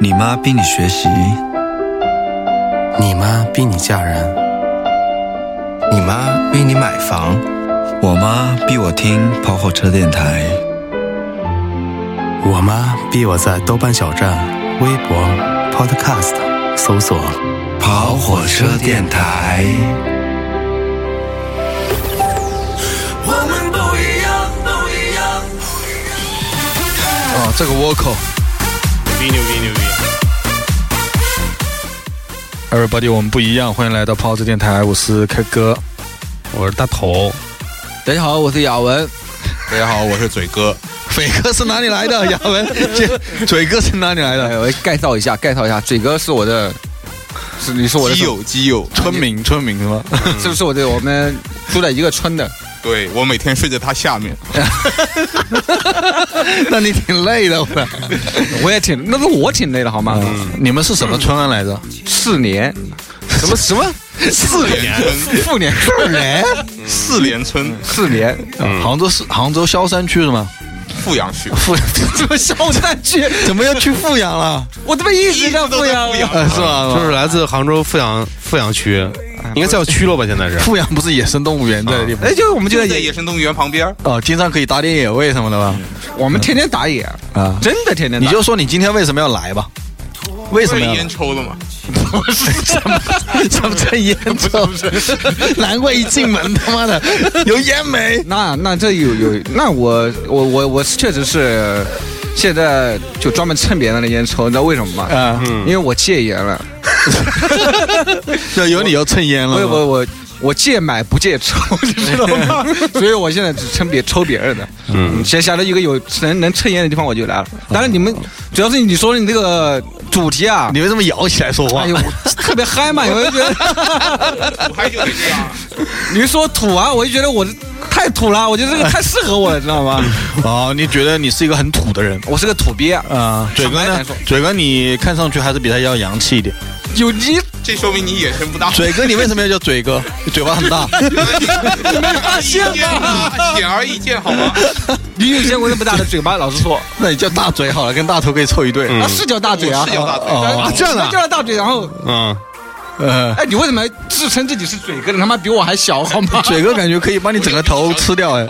你妈逼你学习，你妈逼你嫁人，你妈逼你买房，我妈逼我听跑火车电台，我妈逼我在豆瓣小站、微博、Podcast 搜索跑火车电台。我们不一样，不一样。啊，这个 vocal。逼牛逼牛逼！ Everybody，我们不一样，欢迎来到泡子电台，我是开哥。我是大头，大家好，我是雅文。大家好，我是嘴 哥。斐哥是哪里来的？雅 文，这嘴哥是哪里来哎，的？我介绍一下，介绍一下，嘴哥是我的，是你是我的基，友基友，村民，村民 是吗？是不是我的？我们住在一个村的，对我每天睡在他下 面。那你挺累的，我的 我也挺，那是我挺累的好吗？你们是什么村啊来着？四年，什 么什么四连村，四年，四年，四连嗯村，四年，杭州市，杭州萧山区是吗？富阳 区。富，怎么笑山区？怎么又去富阳了？我他妈一直在都富在阳富，阳呃，是吧？就是来自杭州富阳富阳区，应该叫区了吧？现在是富阳不是野生动物园在的地方哎，？就是我们就就在在野野，生动物园旁边，哦，经常可以打点野味什么的吧？我们天天打野啊啊，真的天天你打。就说你今天为什么要来吧？为什被么要来烟？抽 了嘛？怎么这烟 抽？难怪一进门他妈的 有烟没。那那这有有，那我我我我确实是，现在就专门蹭别人的烟抽，你知道为什么吗？啊，因为我戒烟了。就有理由蹭烟了。我我我我戒买不戒抽，你知道吗？所以我现在只蹭别抽别人的。嗯，想想到一个有能能蹭烟的地方我就来了。当然你们主要是你说的你这个主题啊，你为什么摇起来说话哎？呦我特别嗨嘛，我就觉得我还就得这样，你说土啊，我就觉得我太土了，我觉得这个太适合我了，知道吗？ 哦，你觉得你是一个很土的人我是个土鳖，啊？嘴哥坦白呢来说？嘴哥，你看上去还是比他要洋气一点。有你这说明你野生不大。 嘴哥，你为什么要叫嘴哥？你嘴巴很 大。没发现吗？显而易见，好吗？啊你有见过那么大的嘴巴？老实说，那你叫大嘴好了，跟大头可以凑一对。啊是叫大嘴啊我是，叫大嘴啊这样的叫他大嘴，然后嗯，呃，哎，你为什么自称自己是嘴哥？你他妈比我还小好吗？呃嘴哥感觉可以把你整个头吃掉哎。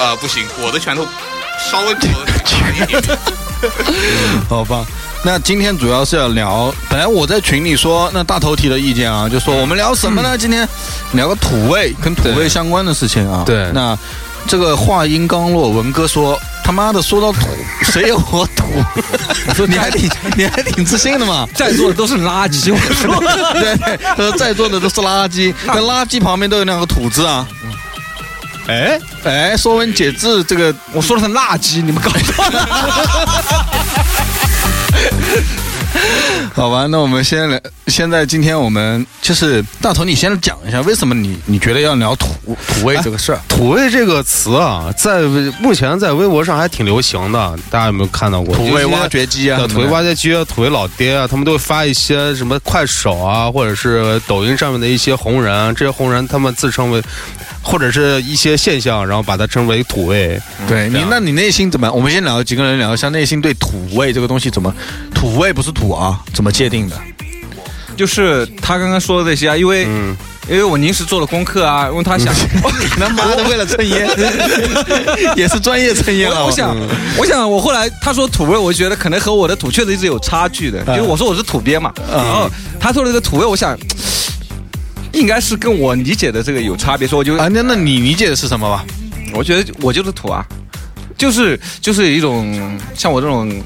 啊，不行，我的拳头稍微比我的大一点。 好吧，那今天主要是要聊，本来我在群里说，那大头提的意见啊，就说我们聊什么呢？今天聊个土味，跟土味相关的事情啊。对那这个话音刚落，文哥说。他妈的，说到土，谁有我土？ 你还挺你还挺自信的嘛？在座的都是垃 圾，我说。对，他说在座的都是垃圾，那垃圾旁边都有两个土字啊。哎哎，《说文解字》这个我说的是垃圾，你们搞错了。好吧，那我们先聊。现在今天我们就是大头，你先讲一下为什么你你觉得要聊土土味这个事儿？土味这个词啊，在目前在微博上还挺流行的，大家有没有看到过？土味挖掘。掘机啊，对土味挖掘机、啊、土味老爹啊，他们都会发一些什么快手啊，或者是抖音上面的一些红人啊，这些红人他们自称为，或者是一些现象，然后把它称为土味。对这啊你，样那你内心怎么？我们先聊几个人聊一下内心对土味这个东西怎么？土味不是土啊，怎么界 定的？就是他刚刚说的这些啊，因为、因为我临时做了功课啊，因为他想， 你他妈的为了蹭烟，也是专业啊蹭烟了。我我想我想我后来他说土味，我觉得可能和我的土确实一直有差距的，嗯因为我说我是土鳖嘛，然后他说的这个土味，我想。应该是跟我理解的这个有差别，所以我就、啊，那那你理解的是什么吧？我觉得我就是土啊，就是就是一种像我这种，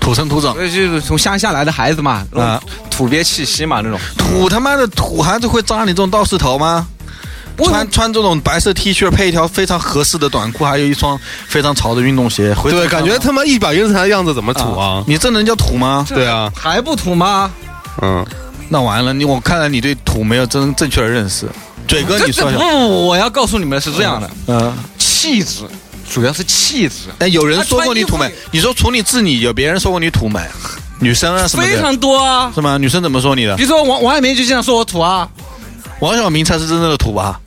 土生土长，呃就是从乡下来的孩子嘛，啊啊，土鳖气息嘛那种，土他妈的土还是会扎你这种道士头吗？不穿穿这种白色 T 恤配一条非常合适的短裤，还有一双非常潮的运动鞋，回头对，看感觉他妈一表人才的样子怎么土啊？你这能叫土吗？对啊，还不土吗？嗯，那完了，你我看来你对土没有真正确的认识。嘴哥，这你说一不下。不，我要告诉你们的是这样的，嗯，气质，主要是气质，哎，有人说过你土他穿美衣，你说除你自己，有别人说过你土美，女生啊什么非的，常多啊。是吗？女生怎么说你的比？如说王王爱民就经常说我土啊，王小明才是真正的土吧？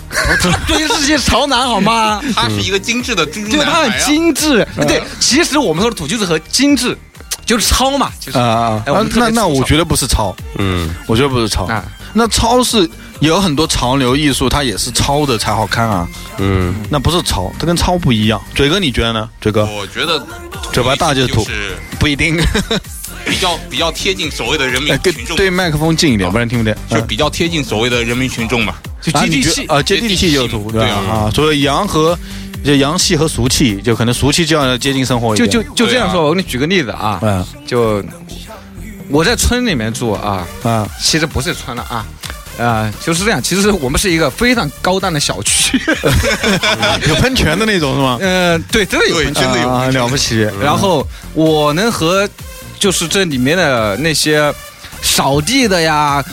对这些潮男好吗？ 他是一个精致的猪猪就是男他孩很呃啊。精致，对，其实我们说的土就是和精致。就是抄嘛，就是啊啊哎我啊们！特别那那粗我糙觉得不是抄，嗯，我觉得不是抄啊。那抄是有很多潮流艺术，它也是抄的才好看啊。嗯，那不是抄，它跟抄不一样。嘴哥，你觉得呢？嘴哥我觉得嘴巴大就就吐是不一定，比较比较贴近所谓的人民哎对群众，对，麦克风近一点，不然听不见。啊就嗯比较贴近所谓的人民群众嘛。就啊接地你觉气。啊，接地气就土，对吧？对啊啊，所以洋和就洋气和俗气，就可能俗气就要接近生活一就点。就就这样说，对啊我给你举个例子啊，嗯就我在村里面住啊，啊其实不是村了啊。啊、就是这样。其实我们是一个非常高档的小区， 有喷泉的那种是吗？嗯，对，真的有对喷泉嗯真的有啊，了不起。然后我能和就是这里面的那些扫地的呀、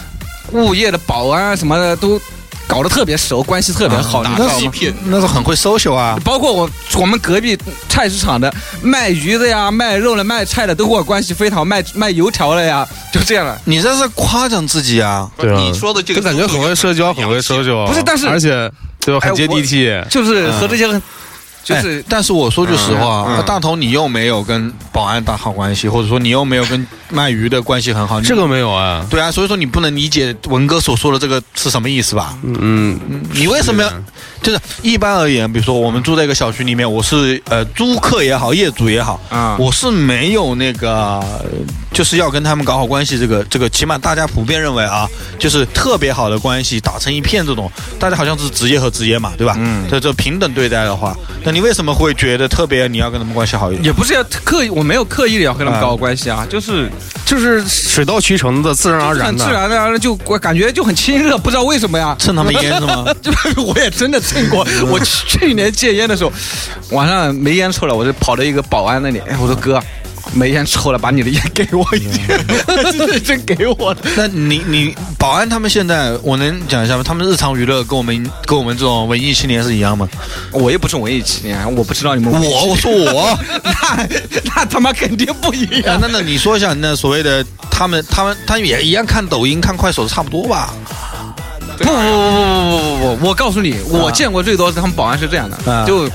物业的保安啊什么的都搞得特别熟，关系特别好，你知道嗯那欺是吗？骗那是很会 social 啊。包括我我们隔壁菜市场的卖鱼的呀、卖肉的、卖菜的都跟我关系非常好，卖卖油条的呀，就这样了。你这是夸奖自己啊！对啊你说的这就个感觉很会社交，很会社交，啊不是但是而且就很接地气，就是和这些很，就是、嗯哎但是我说句实话，嗯啊，大头，你又没有跟保安打好关系，或者说你又没有跟卖鱼的关系很好，你这个没有啊，对啊，所以说你不能理解文哥所说的这个是什么意思吧？嗯，你为什么要是？就是啊一般而言，比如说我们住在一个小区里面，我是呃租客也好，业主也好，啊我是没有那个，呃就是要跟他们搞好关系。这个这个，起码大家普遍认为啊，就是特别好的关系，打成一片这种，大家好像是职业和职业嘛，对吧？嗯，这这平等对待的话，那你为什么会觉得特别你要跟他们关系好一点？也不是要刻意，我没有刻意的要跟嗯他们搞好关系啊，就是就是水到渠成的，自然而就是然很的，自然的，然后就我感觉就很亲热，不知道为什么呀。蹭他们烟是吗？ 就是我也真的蹭过，我去去年戒烟的时候，晚上没烟抽了，我就跑到一个保安那里，哎，我说哥，没烟抽了，把你的烟给我一根， 真的真给我了。 那你你保安他们现在，我能讲一下吗？他们日常娱乐跟我们跟我们这种文艺青年是一样吗？我又不是文艺青年，我不知道你们文艺我我说我， 那那他妈肯定不一样。啊那那你说一下，那所谓的他们他们他们也一样看抖音看快手差不多吧？不不不不不不不，我告诉你，我见过最多的他们保安是这样的，啊就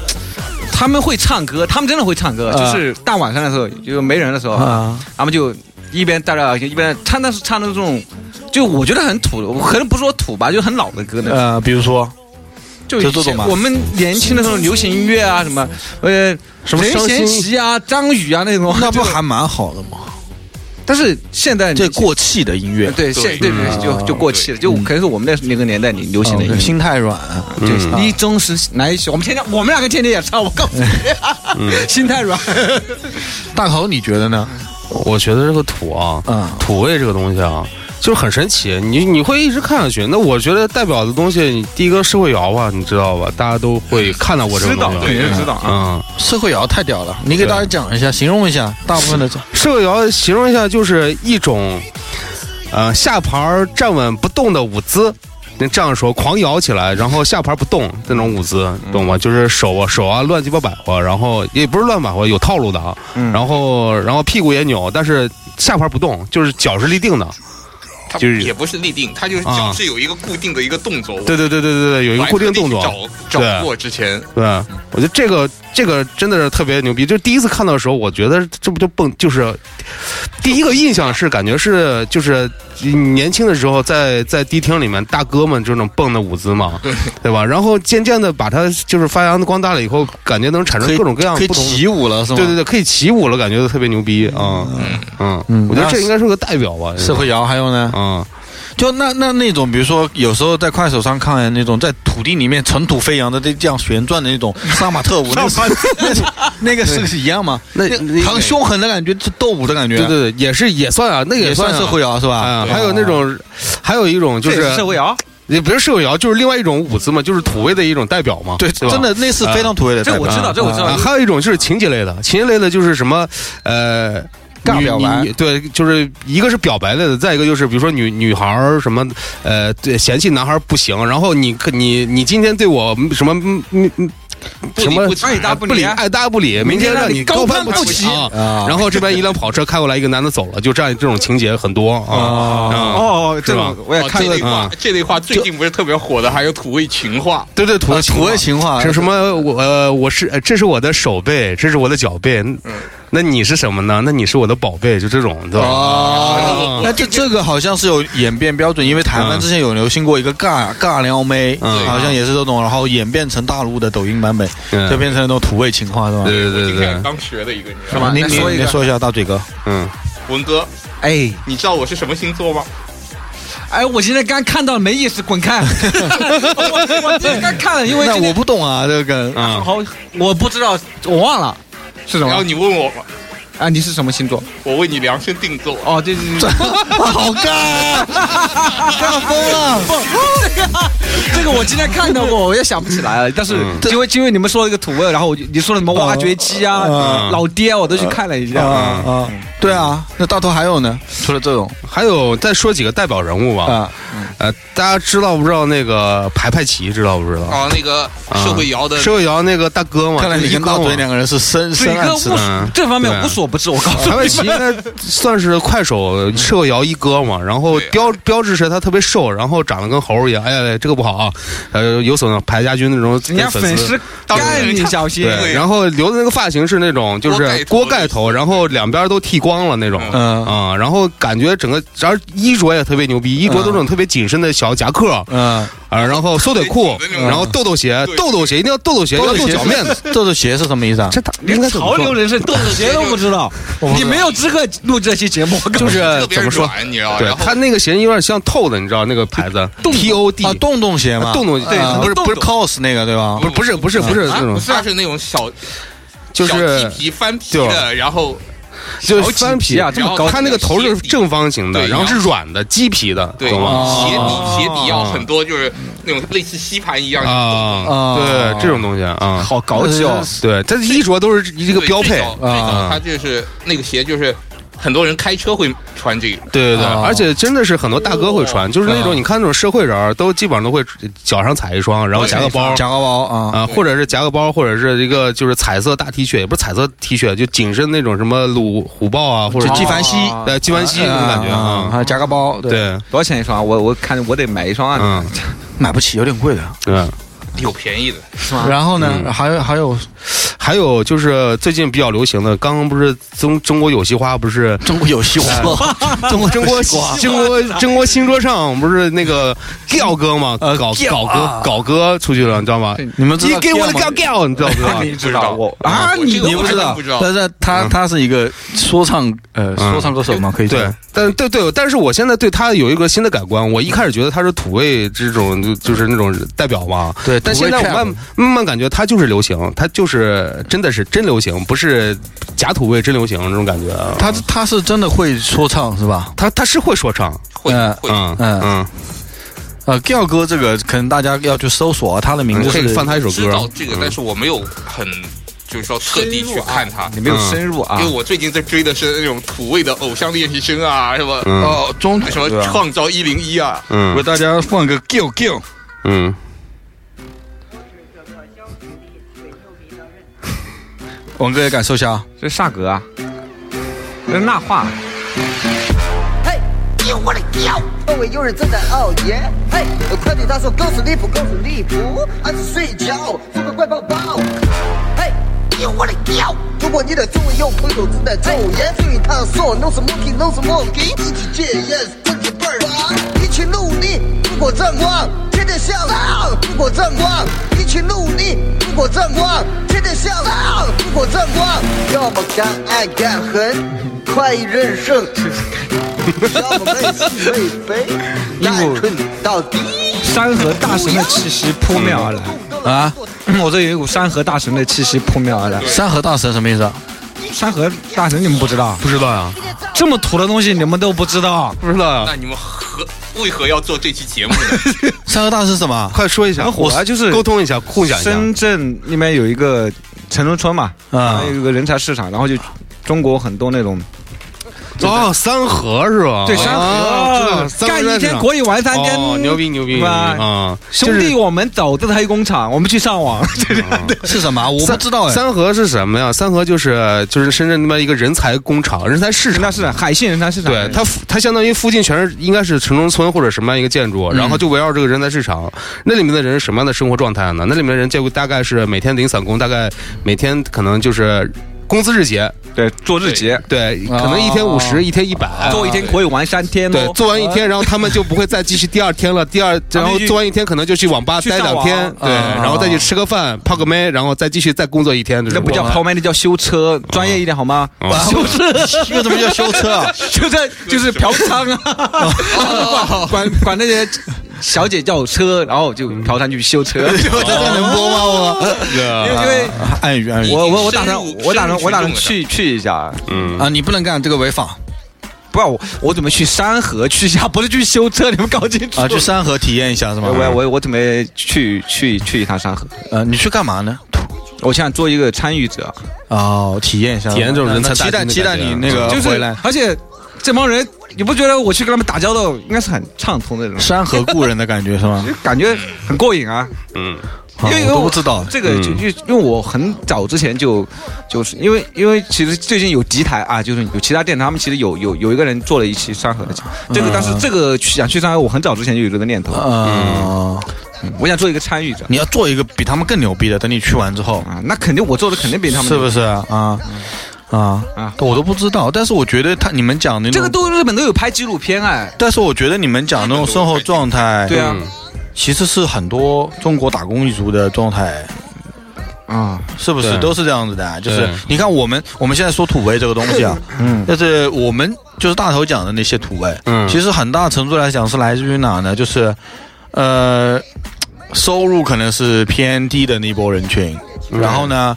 他们会唱歌，他们真的会唱歌，啊就是大晚上的时候，就没人的时候啊，他们就一边带着一边唱，但是唱的这种。就我觉得很土的，我可能不说土吧，就很老的歌那种。嗯呃，比如说就就以前这种嘛我们年轻的时候，流行音乐啊，什么呃，什么任伤贤心齐啊、张宇啊那种。那不就还蛮好的吗？但是现在这年轻过气的音乐，对现对对就就过气了，就可能是我们那那个年代你流行的音乐嗯啊。心太软，嗯就是一中时来一宿，我们天天我们两个天天也唱，我告诉你， 心太软。大头你觉得呢？我觉得这个土啊，嗯土味这个东西啊，就是很神奇，你你会一直看下去。那我觉得代表的东西，你第一个社会摇吧，你知道吧？大家都会看到过这个东西，肯定知道啊。嗯，社会摇太屌了，你给大家讲一下，形容一下大部分的社会摇形容一下就是一种，呃，下盘儿站稳不动的舞姿。那这样说，狂摇起来，然后下盘不动那种舞姿，嗯懂吗？就是手啊手啊乱鸡巴摆活，然后也不是乱摆活，有套路的啊。嗯然后然后屁股也扭，但是下盘不动，就是脚是立定的。他就是也不是立定，他就是啊脚是有一个固定的一个动作。对对对对对对，有我一个还固定特地动去作。找对找过之前，对，我觉得这个这个真的是特别牛逼。就是第一次看到的时候，我觉得这不就蹦，就是第一个印象是感觉是就是年轻的时候在在迪厅里面大哥们这种蹦的舞姿嘛，对吧？然后渐渐的把它就是发扬光大了以后，感觉能产可生以各种各样可以不同的。起舞了是吗？对对对，可以起舞了，感觉特别牛逼啊！嗯嗯我觉得那这应该是个代表吧，社会摇还有呢？啊，就那那那种，比如说有时候在快手上看那种在土地里面尘土飞扬的这这样旋转的那种 杀马特舞，那是那是那个是一样吗？那那很凶狠的感觉，是斗舞的感觉，嗯对对对，也是也算啊，那个也算啊社会摇是吧啊，？还有那种，还有一种就哦这是也是社会摇，也不是社会摇，就是另外一种舞姿嘛，就是土味的一种代表嘛。对，吧真的那是非常土味的代这表，我知道，这我知啊道。还有一种就是情节类的，情节类的就是什么呃。尬女表白女对，就是一个是表白类的，再一个就是比如说女女孩儿什么，呃，对，嫌弃男孩儿不行，然后你你你今天对我嗯什么嗯嗯嗯不什么理不睬爱答不理啊理，爱答不理，明天让让你高高攀不不起啊啊然后这边一辆跑车开过来，一个男的走了，就这样这种情节很多啊。嗯哦，这是种吧我也哦看这过类。啊话，这类话最近不是特别火的，还有土味情话。对对，土呃啊土味情话是什么？我呃，我是呃这是我的手背，这是我的脚背。那你是什么呢？那你是我的宝贝，就这种，对吧？哦，啊那这这个好像是有演变标准，因为台湾之前有流行过一个尬尬撩妹，嗯好像也是这种，然后演变成大陆的抖音版本，嗯就变成那种土味情话，是吧？对对今对对天，刚学的一个，你知道是吧吗？你那你说一个你说一下大嘴哥，嗯，文哥，哎你知道我是什么星座吗？哎，我现在刚看到没意思，滚开！ 我我今天刚看了，因为那今我天不懂啊，这个嗯好，我不知道，我忘了是什然后么你问我嘛，啊？你是什么星座？我为你量身定做。哦，对对 对，好尬啊，尬疯了。不，这个 这个我今天看到过，我也想不起来了。但是因为因为你们说了一个土味，然后我就你说了什么挖掘机啊、嗯老爹啊，我都去看了一啊下。啊！对啊，那大头还有呢，除了这种还有再说几个代表人物吧。啊，呃，大家知道不知道那个排排齐？知道不知道？啊，那个啊社会摇的社会摇那个大哥嘛，看来你跟大哥嘴两个人是深嘴深哥暗无 吃的。所这方面无所不知，我告诉 排你。排齐应该算是快手社会摇一哥嘛，然后对啊标标志是他特别瘦，然后长得跟猴儿一样。哎呀，哎这个不好啊，呃，有损排家军那种人家嗯粉丝哎 干你小心，对，然后留的那个发型是那种就是锅锅盖盖头头，然后两边都剃光了那种，嗯啊，然后感觉整个，然后衣着也特别牛逼，衣着都是那种特别紧身的小夹克嗯，啊，然后缩腿裤特别紧的，那种然后豆豆鞋，对豆豆鞋一定要豆豆鞋，要露脚面子。豆豆鞋是什么意思啊？这他应该连怎潮么流说？人士豆豆鞋都不知道，你没有资格录这期节目。我告诉就你是特别怎么说？软，你知道吗？对然后他那个鞋有点像透的，你知道那个牌子 T O D 啊，洞洞鞋嘛，洞洞对啊不是洞洞不是 cos 那个对吧？不是不是不是不是啊那种不，是，它是那种小 就小是哦鸡皮翻皮对的，然后就是翻皮啊，这么高它那个头是正方形的，对然后然是后软的鸡皮的，对懂吗？鞋底鞋底要很多，就是那种类似吸盘一样哦啊，啊对这种东西啊，好高级哦！对，呃它衣着都是一一个标配，啊它就是那个鞋就是很多人开车会穿这个，对对对，啊而且真的是很多大哥会穿，就是那种你看那种社会人儿都基本上都会脚上踩一双，然后夹个包。夹个包啊，啊，或者是夹个包，或者是一个就是彩色大 T 恤，也不是彩色 T 恤，就紧身那种什么鲁虎豹啊，或者就纪梵希呃纪梵希那种感觉啊，啊，还夹个包，对，对，多少钱一双啊？我我看我得买一双啊！嗯，啊买不起，有点贵的。对。有便宜的，然后呢，还有还有还有就是最近比较流行的，刚刚不是中中国有嘻哈不是中国有嘻 哈，中 国中国中国中国新说唱不是那个调哥嘛，搞搞哥搞哥出去了，你知道吗？你们啊知你道给我的 Gale 调吗调，你知道不知 道？你知道嗯我啊？我你这个你我不知真的道，不知道但是他他是一个说唱呃嗯说唱歌手嘛，可以说对，但对对，但是我现在对他有一个新的改观。我一开始觉得他是土味这种，就就是那种代表嘛。对但土味现在我 trap 慢慢慢感觉他就是流行，他就是真的是真流行，不是假土味真流行那种感觉。啊他他是真的会说唱是吧？他他是会说唱，会嗯会嗯嗯嗯，呃，Giao 哥这个可能大家要去搜索啊他的名嗯字可是以放他一首知歌道。这个，但是我没有很就是说特地去看它。你没有深入啊因为？我最近在追的是那种土味的偶像练习生啊，什么嗯哦中什么创造一零一啊，嗯大家放个 Giao Giao，嗯，王哥也感受一下啊。这啥歌啊？这那话，嘿，丢我的腰！哦，我有人正在熬夜。嘿，快对他说告诉你不，告诉你不，俺是睡觉，做个乖宝宝。嘿，丢我的腰！如果你的周围有朋友正在抽烟，对于他说 no smoking no smoking，一起戒烟身体倍儿棒，一起努力，如果正光，天天向上，如果正光，一起努力，如果正光，天天向上，如果正光，要么敢爱敢恨，快意人生。要么爱是为非，单纯到底。山河大神的气息扑面而来啊！我这有一股山河大神的气息扑面而来。山河大神什么意思啊？山河大神你们不知道，不知道呀，这么土的东西你们都不知道。不知道呀，那你们何为何要做这期节目呢？山河大神是什么啊？快说一下，很火啊，就是沟通一下，共享一下。深圳那边有一个城中村嘛，啊啊，有一个人才市场，然后就中国很多那种哦，三河是吧？对山哦知道河三河干在一市天场国语玩三天，哦，牛逼牛逼是牛逼吧啊！兄弟，我们走这台工厂，我们去上 网。是什么啊？我不三知道哎。三河是什么呀？三河就是就是深圳那边一个人才工厂、人才市人场才。市场，海信人才市场，对它，它相当于附近全是应该是城中村或者什么样一个建筑，嗯然后就围绕这个人才市场，那里面的人是什么样的生活状态呢？那里面的人就大概是每天零散工，大概每天可能就是工资日结，对，做日结，哦对，可能一天五十，一天一百，做一天可以玩三天对哦，。做完一天，然后他们就不会再继续第二天了。第二，然后去做完一天，可能就去网吧去待上两网天，对，啊然后再去吃个饭，泡个妹，然后再继续再工作一天。这那种啊不叫抛卖，那叫修车，专业一点好吗？哦修车，这个怎么叫修车啊？修车就是嫖娼啊，管 管管那些小姐叫车，然后就嫖娼去修车。能播吗？我 因为因为啊暗语暗语我我我打算深入我打深算入我打群算众的去去一下，啊，你不能干这个违法不然我我准备去山河去一下， 不是去修车，你们搞清楚啊！去山河体验一下是吗我？我我我准备去去去一趟山河，呃，你去干嘛呢？我想做一个参与者，啊哦，体验一下，体验这种人才那期大待厅的期待感觉你那个就是呃回来。而且这帮人，你不觉得我去跟他们打交道应该是很畅通的那种，山河故人的感觉是吗？感觉很过瘾啊？啊 因为我都不知道嗯这个就就因为我很早之前就就是因为因为其实最近有几台啊，就是有其他电台，他们其实有有有一个人做了一期山河的节目，这个但嗯是这个去想去山河，我很早之前就有这个念头，啊，嗯我想做一个参与者你要做一个比他们更牛逼的，等你去完之后，啊，那肯定我做的肯定比他们是不是？是啊？啊啊我都不知道，但是我觉得他你们讲的那这个种，都日本都有拍纪录片哎，但是我觉得你们讲的那种生活状态，对啊，其实是很多中国打工一族的状态，嗯啊，是不是对都是这样子的啊？就是对你看我们我们现在说土味这个东西 啊，嗯，但是我们就是大头讲的那些土味，嗯其实很大程度来讲是来自于哪呢？就是，呃，收入可能是偏低的那波人群，然后呢，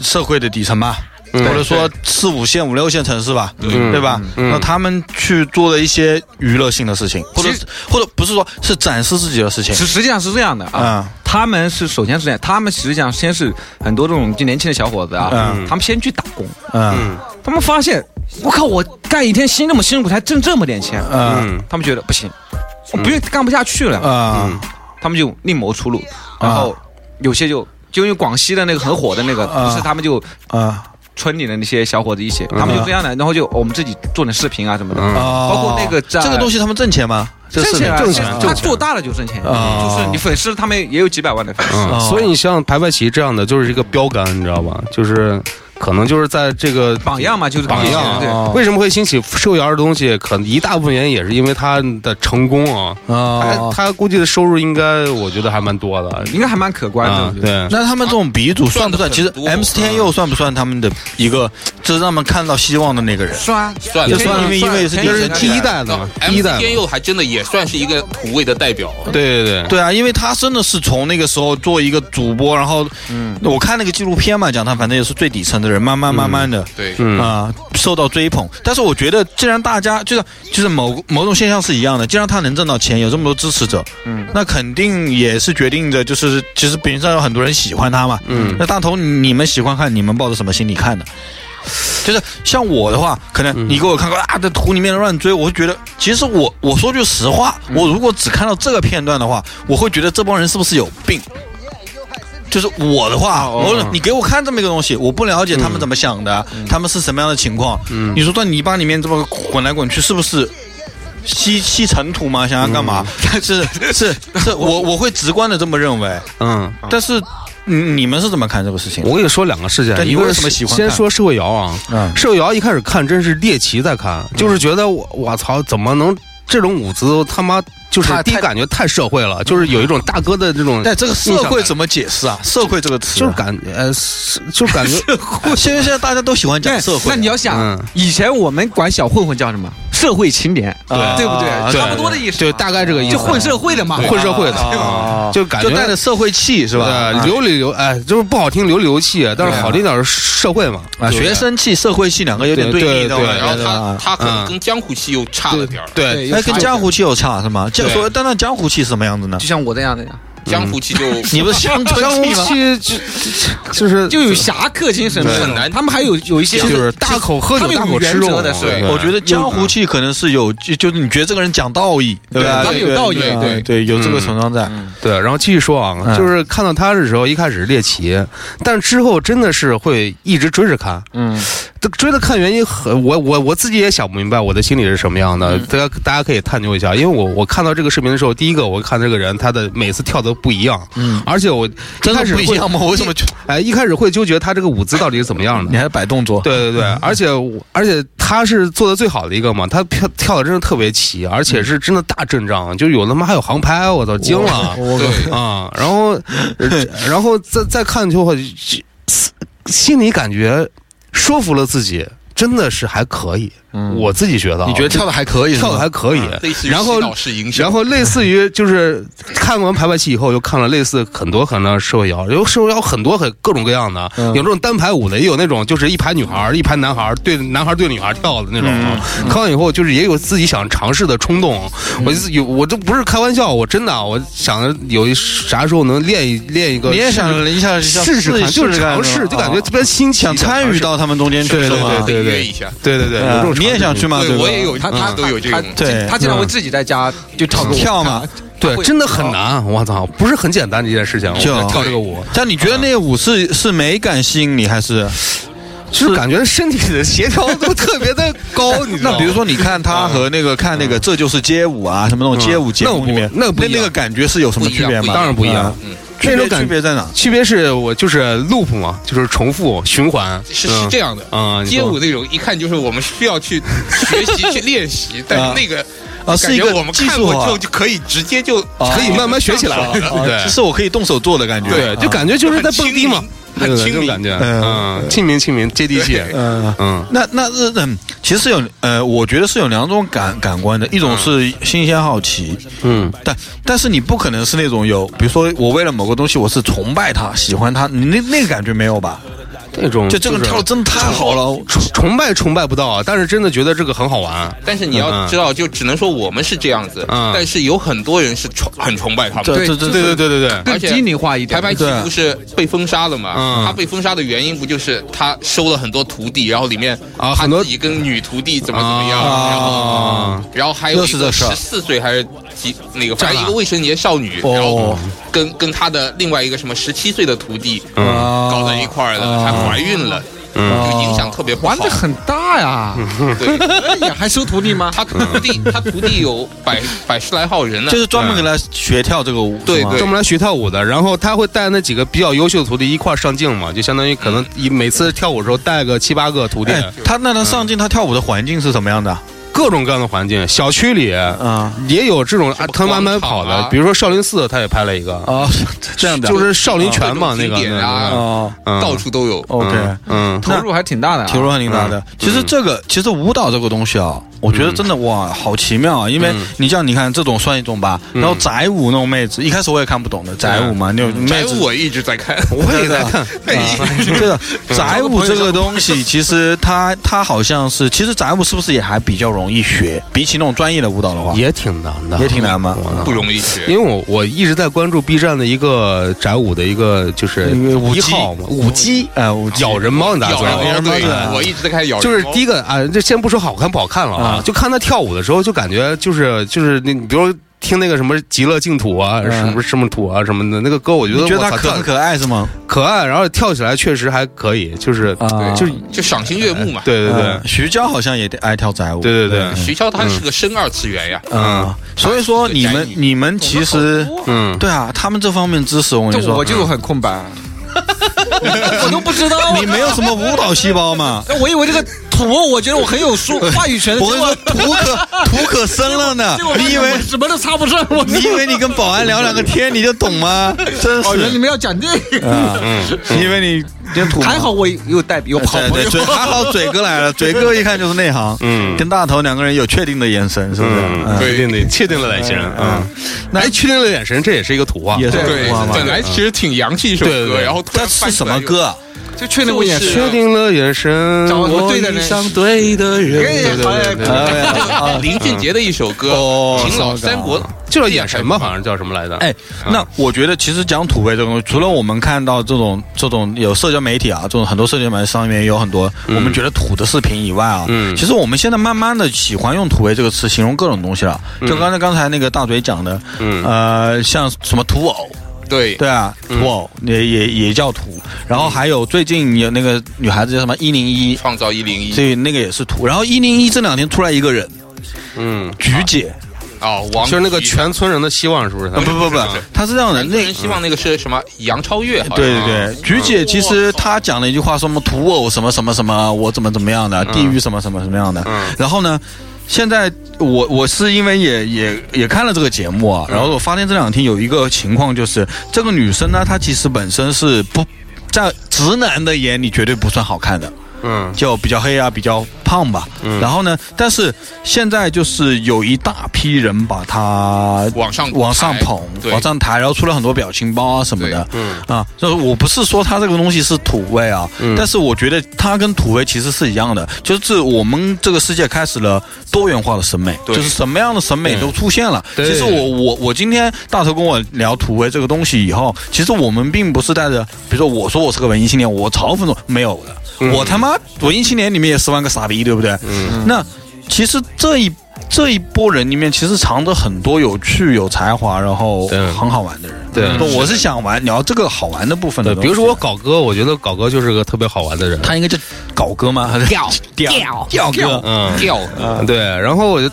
社会的底层吧。嗯或者说四五线、五六线城市吧，对吧？嗯那他们去做了一些娱乐性的事情，或者其实或者不是说是展示自己的事情，实实际上是这样的啊嗯，他们是首先是这样，他们实际上先是很多这种就年轻的小伙子啊，嗯他们先去打工，嗯他们发现我靠，我干一天辛这么辛苦才挣这么点钱，嗯他们觉得不行，我不愿干不下去了，啊他们就另谋出路，嗯然后有些就就因为广西的那个很火的那个，嗯不是他们就啊村里的那些小伙子一嗯起，他们就这样的，然后就我们自己做点视频啊什么的，啊！包括那个在这个东西，他们挣钱吗？这挣是钱啊，挣钱啊他做大了就挣钱，啊就是你粉丝他们也有几百万的粉丝，啊嗯，所以你像排排齐这样的，就是一个标杆，你知道吧？就是可能就是在这个榜样嘛，就是榜这些对。样，为啊什么会兴起受摇的东西？可能一大部分原因也是因为他的成功啊，哦他啊。他估计的收入应该，我觉得还蛮多的哎应该还蛮可观的，我啊觉，得对。那他们这种鼻祖算不算？其实赚得 M 很多 C 天佑算不算他们的一个，就是让他们看到希望的那个人？算啊算也了，算，因为因为是天第佑一是代第一代的嘛，第一 M 代嘛，嗯天佑还真的也算是一个土味的代表，对对对，对啊，因为他真的是从那个时候做一个主播，然后，我看那个纪录片嘛，讲他反正也是最底层的人，慢慢慢慢的，对，嗯啊、受到追捧。但是我觉得，既然大家就是就是某某种现象是一样的，既然他能挣到钱，有这么多支持者，嗯，那肯定也是决定着，就是其实平上有很多人喜欢他嘛，嗯，那大头你们喜欢看，你们抱着什么心理看的？就是像我的话，可能你给我看过啊，在图里面乱追，我会觉得，其实我我说句实话，我如果只看到这个片段的话，我会觉得这帮人是不是有病？就是我的话，我你给我看这么一个东西，我不了解他们怎么想的，他们是什么样的情况。你说在泥巴里面这么滚来滚去，是不是吸吸尘土吗？想要干嘛？ 是是是，我我会直观的这么认为。嗯，但是你你们是怎么看这个事情？我跟你说两个事件，对你一个为是什么喜欢先看说社会摇啊，嗯社会摇一开始看真是猎奇在看，就是觉得我我操，怎么能这种舞姿他妈就是太第一太感觉太社会了，就是有一种大哥的这种，但这个社会怎么解释啊？社会这个词就是感觉呃，是就是感 觉现在现在大家都喜欢讲对，社会。哎那你要想嗯，以前我们管小混混叫什么？社会青年，啊对不对对？差不多的意思嘛，对，大概这个意思，就混社会的嘛，混社会的，啊就感觉就带着社会气是对吧？啊流里流，哎，就是不好听流里流气，但是好听点是社会嘛，啊，学生气、社会气两个有点对立对的，对我然觉后得啊他他可能嗯跟江湖气又差了点儿，对，哎，跟江湖气有差是吗？就对说，但那江湖气是什么样子呢就？像我这样的呀，江湖气就你不是乡江村湖气吗？气就就是就有侠客精神的对很难他们还有有一些就是大口喝他酒们有大口吃肉原则的是对我觉得江湖气可能是有，就就是你觉得这个人讲道义，对吧？他们有道义对对对，有这嗯个成长在。对，然后继续说啊，嗯就是看到他的时候，一开始是猎奇，但之后真的是会一直追着看，嗯，追着看原因很，我我我自己也想不明白我的心里是什么样的。嗯大家大家可以探究一下，因为我我看到这个视频的时候，第一个我看这个人他的每次跳的不一样，嗯，而且我一真的开始不一会样吗？我为什么觉得哎一开始会纠结他这个舞姿到底是怎么样的你。还摆动作？，对对对，而且我而且他是做的最好的一个嘛，他跳跳的真的特别齐，而且是真的大阵仗，就有他妈还有航拍，我操，惊了对，啊！然后，呃然后再再看就会心里感觉说服了自己，真的是还可以，我自己觉得啊，嗯你觉得跳的还可以是吗？嗯跳的还可以，类似于然后洗脑式营销然后类似于就是看完排排戏以后，又看了类似很多很多社会摇，有社会摇很多很各种各样的，嗯有这种单排舞的，也有那种就是一排女孩儿一排男孩儿对男孩儿对女孩儿跳的那种。嗯啊看完以后，就是也有自己想尝试的冲动。嗯我就是有我这不是开玩笑，我真的啊我想着有一啥时候能练一练一个，你也想一下试试看，就是尝试，就感觉特别新奇，啊哦想参与尝试。到他们中间去，对是对吗对啊对啊约对一下，对对对，有这种你也想去吗？对吧我也嗯有，他他他都有这他种对他经常会自己在家就跳个舞跳 嘛。对，真的很难。难，我操，不是很简单的一件事情。我哦就觉得跳这个舞，但你觉得那个舞是是美感吸引你，还是就是感觉身体的协调都特别的 高，你知道那吗？嗯比如说你看他和那个看那个这就是街舞啊什么那种街舞节目里面，那我不那不那一样那个感觉是有什么区别不一吗？样当然不一样啊，嗯，那种感区别在哪？区别是我就是路 o 嘛，就是重复循环，是是这样的嗯你街说舞那种一看就是我们需要去学 习去练习，但啊是那个啊感是一觉个我们技看术过之啊后就可以直接就啊可以慢慢学起来了，对是我啊可以动手做的感觉。对，就感觉就是在蹦迪嘛，很对对对亲民很亲民这种感觉，嗯嗯，亲民亲民，接地气，嗯。嗯，那那是嗯，其实有呃，我觉得是有两种感感官的，一种是新鲜好奇，嗯，但但是你不可能是那种有，比如说我为了某个东西我是崇拜他、喜欢他，你那那个感觉没有吧？那种就这个是跳得真的太好了，崇崇拜崇拜不到，啊但是真的觉得这个很好玩，但是你要知道，就只能说我们是这样子，嗯但是有很多人是崇很崇拜他们。这这这对对对对对，而更且低龄化一点台。白起不是被封杀了嘛？嗯他被封杀的原因不就是他收了很多徒弟，然后里面他啊很多自己跟女徒弟怎么怎么样，啊然后然后还有又一是个这事十儿四岁还是几那个，反正这样啊一个未成年少女，哦然后跟跟他的另外一个什么十七岁的徒弟嗯搞在一块儿了，还怀孕了，嗯就影响特别不好玩的。很大呀，嗯对， 也还收徒弟吗？他徒弟他徒弟有百百十来号人呢就。是专门给他学跳这个舞，对是吗对啊专门来学跳舞的，然后他会带那几个比较优秀的徒弟一块儿上镜嘛，就相当于可能一每次跳舞的时候带个七八个徒弟，哎，他那他上镜他跳舞的环境是什么样的啊？各种各样的环境，小区里啊也有这种啊他慢慢跑广的场，啊比如说少林寺他也拍了一个，哦， 这样的就是少林拳各嘛种那个经典啊那个哦嗯到处都有， ，OK，嗯嗯投入还挺大的啊，体弱很灵达的。其实这个，其实舞蹈这个东西啊，我觉得嗯真的哇，好奇妙啊！因为你像你看这种算一种吧，嗯然后宅舞那种妹子，一开始我也看不懂的啊宅舞嘛，那嗯种妹宅子舞。我一直在看，我也在 看，啊这 个宅舞这个东西，其实它它好像是，其实宅舞是不是也还比较容易学，比起那种专业的舞蹈的话，也挺难的，也挺难吗？不容易学。啊因为我我一直在关注 B 站的一个宅舞的一个就是舞一姬号嘛，舞姬哎，我咬人猫，你咋咬说？人猫，咬人猫对，我一直在看咬人猫。就是第一个啊，这先不说好看不好看了啊啊，就看他跳舞的时候，就感觉就是就是那，比如听那个什么极乐净土啊，什么什么土啊什么的那个歌，我觉得嗯你觉得我它操可跳很可爱是吗？可爱，然后跳起来确实还可以，就是啊就是就赏心悦目啊嘛。，嗯对对对嗯徐娇好像也爱跳宅舞，对对对，徐骁他是个深二次元呀，嗯，所以说你们你们其实，嗯，对啊，他们这方面知识我跟就你说，我就很空白， 我都不知道。啊你没有什么舞蹈细胞嘛？我以为这个土，我觉得我很有 说话语权的，我结跟你说果，土可土可深了呢结果，发现你以为我什么都插不上？我你以为你跟保安聊两个天你就懂吗？真哦，原来你是，们要讲这个，你以为你跟啊土吗还好我有代笔，有跑对朋对，友。嘴还好，嘴哥来了，嘴哥一看就是内行，嗯，跟大头两个人有确定的眼神，是不是？嗯，嗯确定的确定了眼神，嗯，哎，确定了眼神，这也是一个啊土话，也是对土话，嘛本。来其实挺洋气一首对对歌，对然后突这然是什么歌？啊？就确认我眼就是神，确定了眼神，找个对的我人遇上对的人，哎对嗯对对对哎对，哎呀翻出来有林俊杰的一首歌哦《情老三国》，就叫眼神吧，好像叫什么来着？哎，那我觉得其实讲土味这个东西，除了我们看到这种这种有社交媒体啊，这种很多社交媒体上面有很多我们觉得土的视频以外啊，嗯其实我们现在慢慢的喜欢用土味这个词形容各种东西了。就刚才刚才那个大嘴讲的，嗯呃，像什么土偶。对对啊，哇，也也也叫土。然后还有最近有那个女孩子叫什么一零一，创造一零一所以那个也是土。然后一零一这两天出来一个人，嗯，菊姐，啊，王就是那个琦全村人的希望，是不是？呃不不不，她是这样的，那个人希望那个是什么？杨超越好像，啊对对对，菊姐其实她讲了一句话，说什么土偶什么什么什么，我怎么怎么样的，嗯地狱什么什么什么样的。然后呢，现在我我是因为也也也看了这个节目啊，嗯然后我发现这两天有一个情况，就是这个女生呢，她其实本身是不在直男的眼里绝对不算好看的。嗯，就比较黑啊，比较胖吧。然后呢，但是现在就是有一大批人把她往上往上抬捧，对往上抬，然后出了很多表情包啊什么的。嗯啊，就是我不是说它这个东西是土味啊，但是我觉得它跟土味其实是一样的，就是我们这个世界开始了多元化的审美，对就是什么样的审美都出现了。对其实我我我今天大头跟我聊土味这个东西以后，其实我们并不是带着，比如说我说我是个文艺青年，我嘲讽说没有的，嗯我他妈文艺青年里面也十万个傻逼，对不对？嗯，那其实这一。这一波人里面，其实藏着很多有趣、有才华，然后对很好玩的人。对嗯我是想玩聊这个好玩的部分对，的东比西。如说我搞哥，我觉得搞哥就是个特别好玩的人。他应该叫搞哥吗？还是 吊吊吊哥？嗯，掉，对。然后我就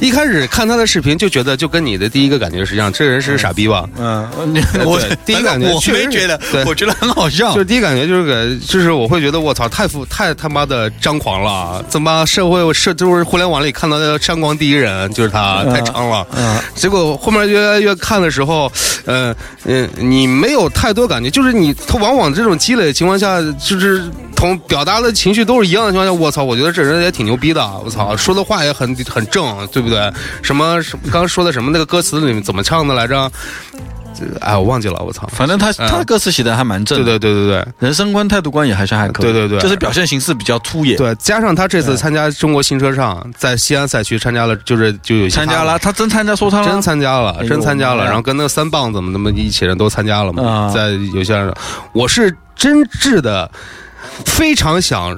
一开始看他的视频，就觉得就跟你的第一个感觉是一样，这人是傻逼吧？嗯， 我对第一反正感觉我确实没是觉得对，我觉得很好笑 就是。第一感觉就是个，就是我会觉得我操，太富太他妈的张狂了，他妈社会社就是互联网里看到的张狂第一人就是他，太张了。嗯结果后面越来越看的时候，呃嗯、你没有太多感觉，就是你他往往这种积累的情况下，就是同表达的情绪都是一样的情况下，我操，我觉得这人也挺牛逼的，啊我嗯操，说的话也很很正，对不对？什么什么刚说的什么那个歌词里面怎么唱的来着？这哎，我忘记了，我操。反正他嗯他的歌词写的还蛮正对的，对对对对，人生观、态度观也还是还可以。对对对就是表现形式比较粗野。对，加上他这次参加中国新车上，在西安赛区参加了，就是就有一些参加他了，他真参加说唱了，真参加了哎，呦真参加妈了，呀然后跟那个三棒子们他们一起人都参加了嘛啊，在有些人，我是真挚的非常想。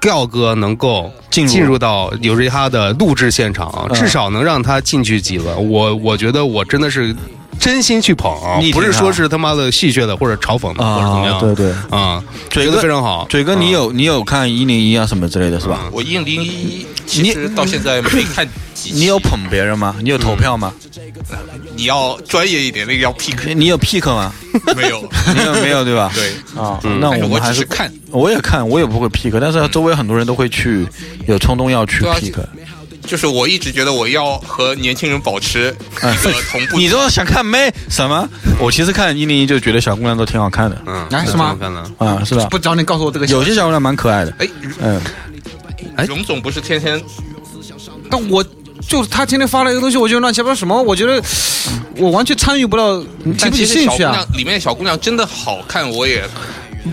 调哥能够进入进入到有瑞哈的录制现嗯场，至少能让他进去几轮。我我觉得我真的是真心去捧啊力，挺不是他说是他妈的戏谑的或者嘲讽的或者怎么样，啊，对对。啊，嘴觉哥得非常好。嘴哥，你有你有看一零一啊什么之类的是吧？我一零一其实到现在没看几期。你有捧别人吗？你有投票吗？你要专业一点，那个要 pick 你有 pick 吗？没有？没有没有对吧？对，啊，那但是我我们只还是是看，我也看，我也不会 pick，但是周围很多人都会去，有冲动要去对啊 pick。就是我一直觉得我要和年轻人保持一个 同步。哎你都想看妹什么？我其实看一零一就觉得小姑娘都挺好看的，嗯，哎是吗挺好看的啊，是吧不？早点告诉我这个消息，有些小姑娘蛮可爱的，哎，嗯，荣总不是天天但我就是他天天发了一个东西，我觉得乱七八糟什么，我觉得我完全参与不到，提但不起其实兴小姑趣啊娘。里面的小姑娘真的好看，我也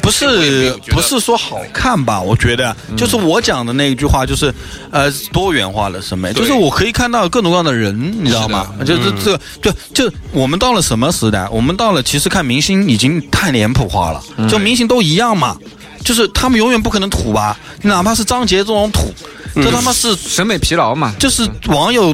不我也没是有觉得不是说好看吧？我觉得就是我讲的那一句话，就是呃多元化的审美，对就是我可以看到各种各样的人，你知道吗？就是这就就我们到了什么时代？我们到了其实看明星已经太脸谱化了，就明星都一样嘛。就是他们永远不可能土吧，哪怕是张杰这种土，这他妈是审美疲劳嘛，就是网友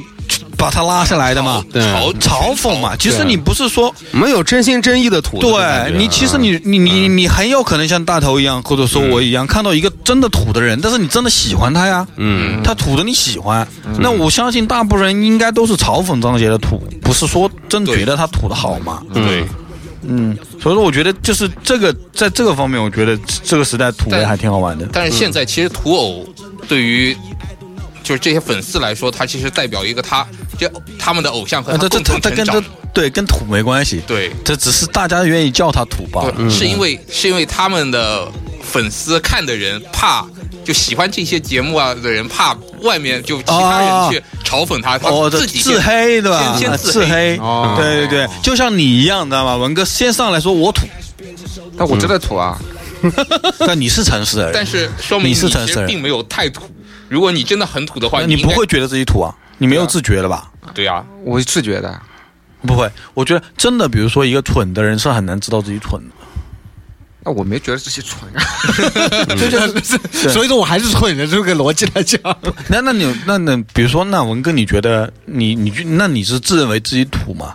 把他拉下来的嘛，对嘲嘲讽嘛。其实你不是说没有真心真意的土的啊感对觉。你，其实你你你嗯你很有可能像大头一样，或者说我一样，看到一个真的土的人，但是你真的喜欢他呀，嗯，他土的你喜欢，嗯那我相信大部分人应该都是嘲讽张杰的土，不是说真觉得他土的好嘛，对。嗯，所以说我觉得就是这个在这个方面，我觉得这个时代土味但还挺好玩的，但是现在其实土偶对于就是这些粉丝来说，他其实代表一个他这他们的偶像和啊他这这共这同这成跟长这。对跟土没关系，对这只是大家愿意叫他土吧，对，是因为是因为他们的粉丝看的人怕就喜欢这些节目啊的人怕外面就其他人去嘲讽他，他哦，这自己先自黑对吧？先啊先自自黑，哦对对对，就像你一样，你知道吗？文哥先上来说我土，但嗯我真的土啊。 但你是诚实的人，但是说明你是其诚实实人并没有太土。如果你真的很土的话，你应不该会觉得自己土啊？你没有自觉了吧？对啊，我是觉得，不会，我觉得真的，比如说一个蠢的人是很难知道自己蠢的。那我没觉得这些蠢啊， 就就是，所以说我还是蠢的这个逻辑来讲，那那你那那，比如说那文哥，你觉得你你那你是自认为自己土吗？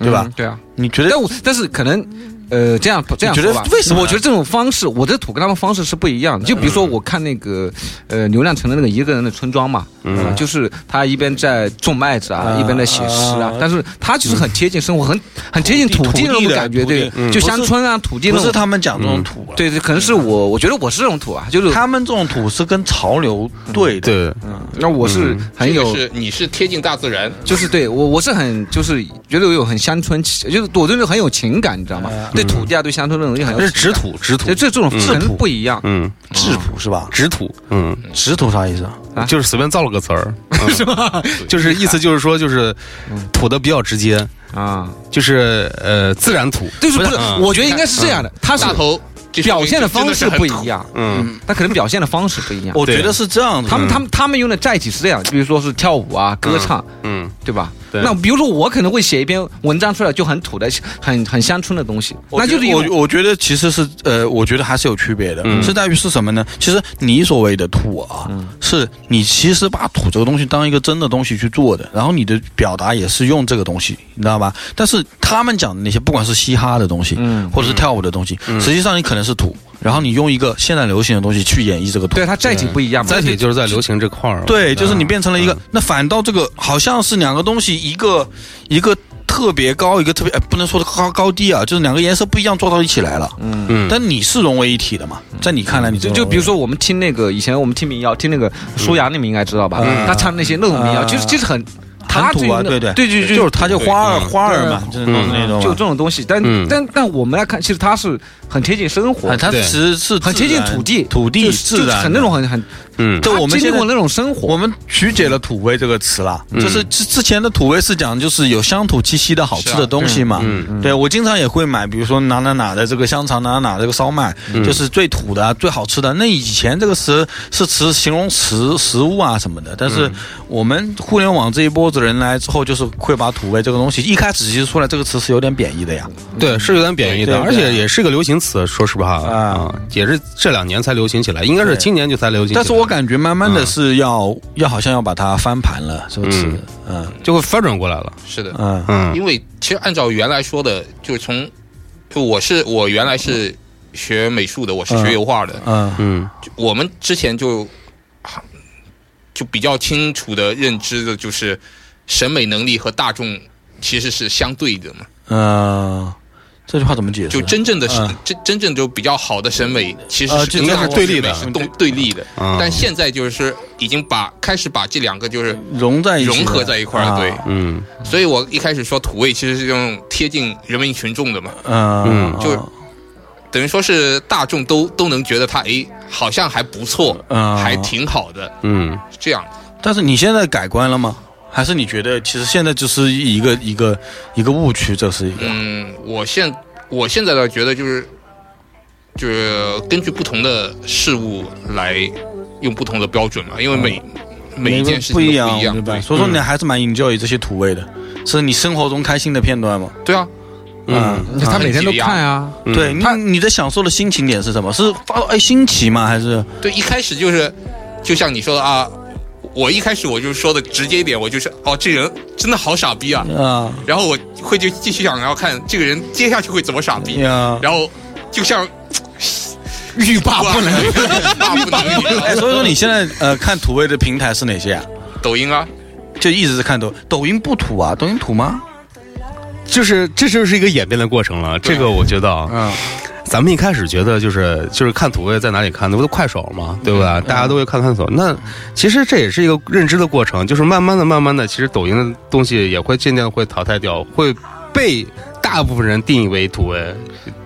对吧？对啊，你觉得但我但是可能，呃，这样这样你觉得说吧，为什么呢我觉得这种方式，我的土跟他们方式是不一样的。就比如说，我看那个呃刘亮程的那个一个人的村庄嘛，嗯，就是他一边在种麦子啊，一边在写诗啊，但是他就是很贴近生活，很很贴近土土地地那种的感觉，土地对嗯，就不是乡村啊，土地那不是种。他们讲这种土嗯了，对对，可能是我，我觉得我是这种土啊，就是他们这种土是跟潮流对的，对，那我是哎很这有个是你是贴近大自然，就是对我，我是很就是觉得我有很乡村气，就是我对那很有情感，你知道吗？对土地啊，对乡村这种东西很有那是情直感。土，直土这，这这种可能不一样，嗯，质朴是吧？直土，嗯，直土啥意思啊？啊就是随便造了个词儿， 是吧？嗯就是意思就是说，就是土的比较直接，啊，就是呃自然土，就是不是不是嗯？我觉得应该是这样的，他是大头这表现的方式不一样。样，嗯，他可能表现的方式不一样。我觉得是这样的，他们他们他们用的载体是这样，比如说是跳舞啊、歌唱，嗯，对吧？对那比如说我可能会写一篇文章出来，就很土的、很很乡村的东西，我那觉就得是因为嗯我我觉得其实是呃，我觉得还是有区别的，是在于是什么呢？其实你所谓的土啊，是你其实把土这个东西当一个真的东西去做的，然后你的表达也是用这个东西，你知道吧？但是他们讲的那些，不管是嘻哈的东西，嗯或者是跳舞的东西，实际上你可能是土，然后你用一个现代流行的东西去演绎这个土对。它载体不一样嘛。载体就是在流行这块儿，对，就是你变成了一个，那反倒这个好像是两个东西，一个一个特别高，一个特别、哎、不能说高高低啊，就是两个颜色不一样撞到一起来了。嗯，但你是融为一体的嘛？在你看来，你嗯就就比如说我们听那个以前我们听民谣，听那个苏阳，你们应该知道吧？他唱那些那种民谣，就是就是很嗯谈他土啊，就对是对那对对，对就是它就花嗯儿花儿嘛，对就是那种就这种东西。但嗯但但我们来看，其实他是很贴近生活啊，，它其实是很贴近自然土地，土地就自就是然很的那种。很很，嗯对他我们经现历在过那种生活，我们曲解了“土味”这个词啦，嗯就是之之前的土味是讲就是有乡土气息的好吃是的啊东西嘛。对我经常也会买，比如说哪哪哪的这个香肠，哪哪哪这个烧麦，嗯就是最土的、最好吃的。那以前这个词是词形容词食物啊什么的，但嗯是我们互联网这一波子人来之后，就是会把土味这个东西一开始其实出来这个词是有点贬义的呀。对，是有点贬义对的，对而且也是个流行词，说实话啊啊，也是这两年才流行起来，应该是今年就才流行起来。但是我感觉慢慢嗯的是要要好像要把它翻盘了，这个词嗯，嗯就会翻转过来了，是的，嗯嗯因为其实按照原来说的，就是从就我是我原来是学美术的，我是学油画的，嗯嗯我们之前就就比较清楚的认知的就是审美能力和大众其实是相对的嘛。嗯，这句话怎么解释？就真正的是嗯真真正就比较好的审美，其实呃是这应该大是众对审立美的是动对立的。嗯但现在就是已经把开始把这两个就是融在一起的，融合在一块儿了，对啊。嗯所以我一开始说土味其实是用贴近人民群众的嘛，嗯嗯就等于说是大众都都能觉得它诶好像还不错，嗯还挺好的嗯，这样。但是你现在改观了吗？还是你觉得其实现在就是一个一个一个误区，这是一个嗯，我现我现在倒觉得就是就是根据不同的事物来用不同的标准嘛，因为每、每一件事情都嗯不不一样，对吧？对嗯所以说你还是蛮 enjoy 这些土味的，是你生活中开心的片段吗？对啊，嗯，他每天都看啊，嗯对，你你的享受的心情点是什么？是发哎新奇吗？还是对，一开始就是就像你说的啊，我一开始我就说的直接一点，我就是哦，这人真的好傻逼啊，啊然后我会就继续想要看这个人接下去会怎么傻逼，呀？然后就像欲罢不能。 欲罢不能一哎，样，所以说你现在呃看土味的平台是哪些啊？抖音啊，就一直在看抖抖音不土啊？抖音土吗？就是这就是一个演变的过程了，这个我觉得啊，嗯，咱们一开始觉得就是就是看土味在哪里看，那不都快手嘛，对吧？大家都会看快手。那其实这也是一个认知的过程，就是慢慢的、慢慢的，其实抖音的东西也会渐渐会淘汰掉，会被大部分人定义为土味，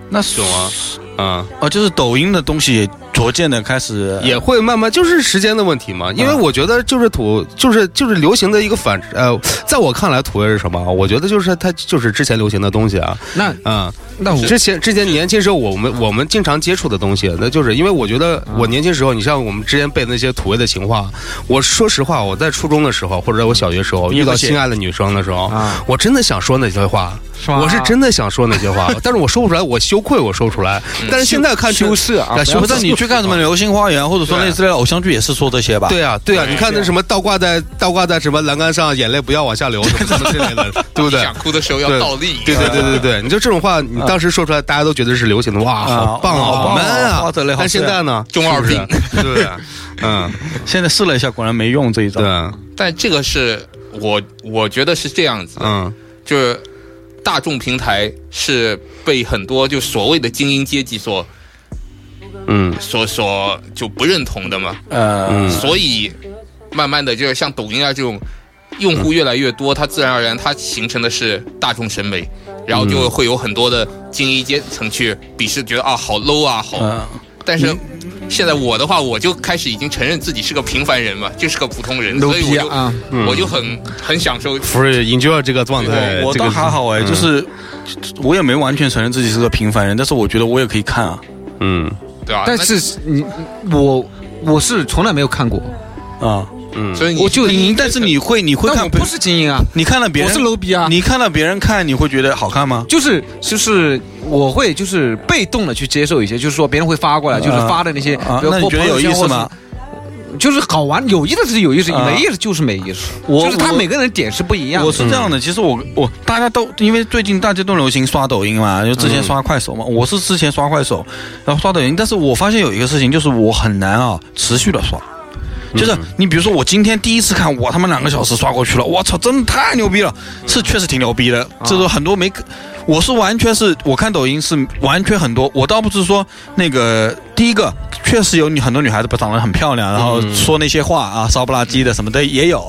那懂吗？啊、哦，就是抖音的东西也逐渐的开始也会慢慢就是时间的问题嘛，因为我觉得就是土，就是就是流行的一个反呃，在我看来土味是什么？我觉得就是它就是之前流行的东西啊，那嗯，那我之前之前年轻时候，我们我们经常接触的东西，那就是因为我觉得我年轻时候，你像我们之前背的那些土味的情话，我说实话，我在初中的时候或者在我小学时候你也遇不到信心爱的女生的时候啊，我真的想说那些话，吧我是真的想说那些话，但是我说不出来，我羞羞愧，我说不出来。但是现在看这羞涩啊哎不要羞不涩是你 去看什么《流星花园》或者说啊类似的偶像剧，也是说这些 吧？对啊，对啊，你看那什么倒挂在倒挂在什么栏杆上，眼泪不要往下流，什么什么之类的，对不对？想哭的时候要对倒立，对对对对对，你就这种话，你当时说出来，大家都觉得是流行的，哇，好棒啊，好棒啊 man 啊哇这！里好但现在呢，中二病是不是对不对？嗯，现在试了一下，果然没用这一招对。，但这个是我我觉得是这样子的，嗯就是大众平台是被很多就所谓的精英阶级所嗯所所就不认同的嘛，呃，嗯所以慢慢的就是像抖音啊这种用户越来越多，它自然而然它形成的是大众审美，然后嗯就会有很多的精英阶层去鄙视，觉得啊好 low 啊好。嗯呃但是现在我的话，我就开始已经承认自己是个平凡人嘛，就是个普通人，牛所以我逼就、啊！我就很很享受。 ，free enjoy 这个状态，我我这个倒还好嗯哎，就是我也没完全承认自己是个平凡人，但是我觉得我也可以看啊。嗯对吧？但是你我我是从来没有看过，啊，嗯那，所以你我就你但是你会你会但看我不是精英啊，你看了别我人是 low 逼啊，你看了别人看你会觉得好看吗？就是就是我会就是被动的去接受一些，就是说别人会发过来，就是发的那些，啊比如那你或觉得朋友有圈意思或是吗？就是好玩，有意思是有意思，啊没意思就是没意思。我就是他我每个人的点是不一样的。嗯我是这样的，其实我我大家都因为最近大家都流行刷抖音嘛，就之前刷快手嘛，嗯我是之前刷快手，然后刷抖音，但是我发现有一个事情，就是我很难啊持续的刷。嗯就是你，比如说我今天第一次看，我他妈两个小时刷过去了，我操，真的太牛逼了，是确实挺牛逼的。啊这个很多没，我是完全是我看抖音是完全很多，我倒不是说那个第一个确实有你很多女孩子不长得很漂亮，然后说那些话啊，骚不拉几的什么的也有，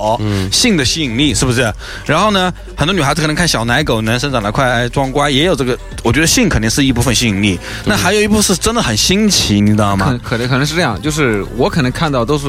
性的吸引力是不是？然后呢，很多女孩子可能看小奶狗，男生长得快，哎，装乖也有这个，我觉得性肯定是一部分吸引力，那还有一部分是真的很新奇，你知道吗可？可能可能是这样，就是我可能看到都是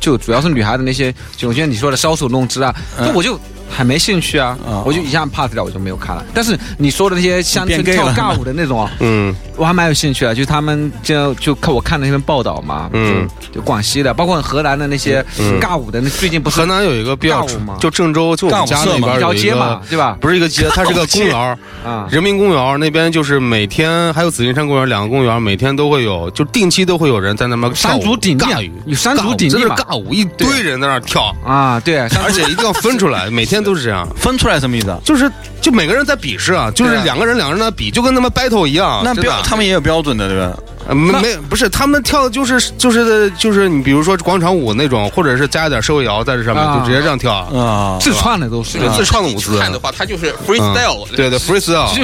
就主要是女孩的那些，就我像你说的搔首弄姿啊，那、我就还没兴趣啊，嗯我就一下 pass 掉，我就没有看了。但是你说的那些乡村你变跳 gay 了尬舞的那种啊，嗯我还蛮有兴趣的，就他们就就看我看那篇报道嘛，嗯就，就广西的，包括河南的那些尬舞的，那最近不是河南有一个比较尬舞吗就郑州就我们尬舞家社那嘛边一条有一街个嘛，对吧？不是一个街，它是个公园儿。啊，人民公园儿那边就是每天还有紫金山公园两个公园儿，每天都会有，就定期都会有人在那边山尬舞竹鼎立啊尬舞，有山竹尬舞鼎立真是嘛尬舞，一堆人在那儿跳，啊，对，像而且一定要分出来，每天都是这样，分出来什么意思啊？就是就每个人在比试啊，就是对啊两个人两个人在比，就跟他们 battle 一样。那真的标他们也有标准的，对吧？呃没没不是他们跳的就是就是就是你比如说广场舞那种，或者是加一点手摇在这上面，啊就直接这样跳。啊，自创的都是对。自创的你舞去姿看的话，它就是嗯 freestyle，、对对就 freestyle，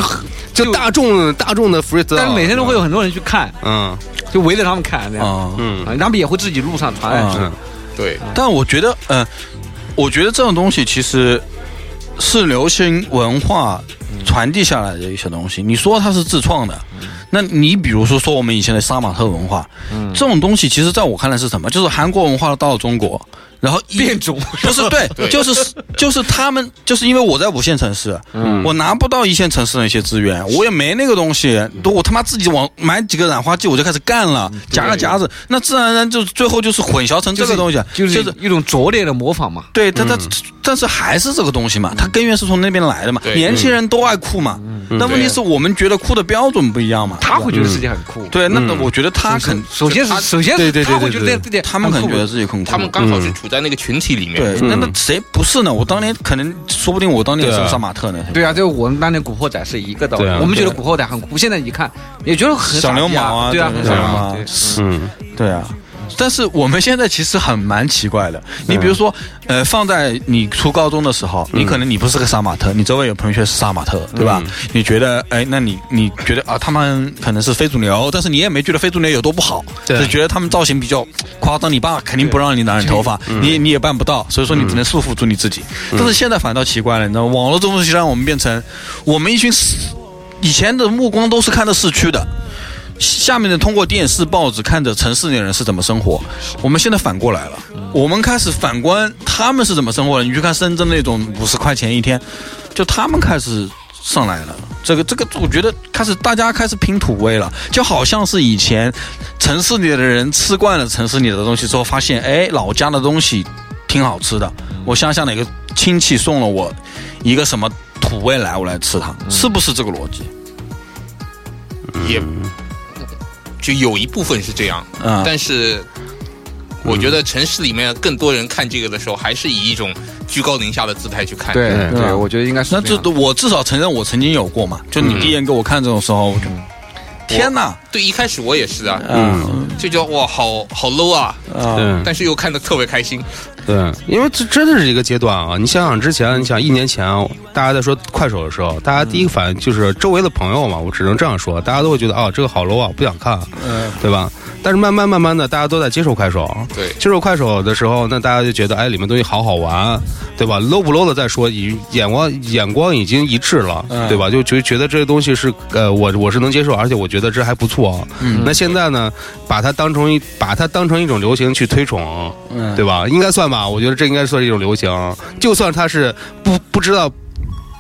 就就大众大众的 freestyle，但是每天都会有很多人去看，嗯就围着他们看这样，啊，嗯啊他们也会自己路上传来啊嗯对，但我觉得，嗯、我觉得这种东西其实是流行文化传递下来的一些东西。你说它是自创的，那你比如说说我们以前的杀马特文化，这种东西其实在我看来是什么？就是韩国文化到了中国，然后一变 种。不是对，对就是就是他们，就是因为我在五线城市，嗯我拿不到一线城市的一些资源，我也没那个东西，都我他妈自己往买几个染花剂我就开始干了，夹个夹子，那自然而然就最后就是混淆成这个东西，啊就是嗯就是。一种拙劣的模仿嘛。对，但它、但是还是这个东西嘛，它嗯根源是从那边来的嘛。对年轻人都爱酷嘛，但问题是我们觉得酷的标准不一样嘛。啊他会觉得自己很酷，对，那我觉得他肯，首先是首先对对对他会对觉对得自己他们可很能酷觉得自己很酷。他们刚好是处在那个群体里面。对，那那谁不是呢？我当年可能说不定我当年也是个杀马特呢。嗯对啊，就我们当年《古惑仔》是一个道理对啊，我们觉得《古惑仔》很酷，现在一看也觉得很小傻逼流氓啊，对啊，对很傻小流逼氓啊对，嗯对啊。但是我们现在其实很蛮奇怪的，你比如说，呃，放在你初高中的时候，你可能你不是个杀马特，你周围有朋友圈是杀马特，对吧？你觉得，哎，那你你觉得啊，他们可能是非主流，但是你也没觉得非主流有多不好，对只觉得他们造型比较夸张，你爸肯定不让你染头发，你你也办不到，所以说你只能束缚住你自己。但是现在反倒奇怪了，你知道吗？网络这种东西让我们变成，我们一群以前的目光都是看着市区的，下面的通过电视、报纸看着城市里的人是怎么生活，我们现在反过来了，我们开始反观他们是怎么生活的。你去看深圳那种五十块钱一天，就他们开始上来了。这个这个，我觉得开始大家开始拼土味了，就好像是以前城市里的人吃惯了城市里的东西之后，发现哎，老家的东西挺好吃的。我乡下哪个亲戚送了我一个什么土味来，我来吃它，是不是这个逻辑？也就有一部分是这样，嗯但是我觉得城市里面更多人看这个的时候，还是以一种居高临下的姿态去看。对嗯啊对，我觉得应该是那这这样我至少承认我曾经有过嘛，就你第一眼给我看这种时候，我就天哪，对，一开始我也是啊，嗯就觉得哇，好好 low 啊，对但是又看得特别开心。对，因为这真的是一个阶段啊！你想想之前，你想一年前大家在说快手的时候，大家第一个反应就是周围的朋友嘛，我只能这样说，大家都会觉得啊、这个好 low 啊，不想看，嗯对吧？但是慢慢慢慢的，大家都在接受快手，对接受快手的时候，那大家就觉得哎，里面东西好好玩，对吧？low 不 low 的再说，已眼光眼光已经一致了，对吧？就觉觉得这个东西是呃，我我是能接受，而且我觉得这还不错。那现在呢，把它当成一把它当成一种流行去推崇，对吧？应该算吧，我觉得这应该算是一种流行。就算它是不不知道，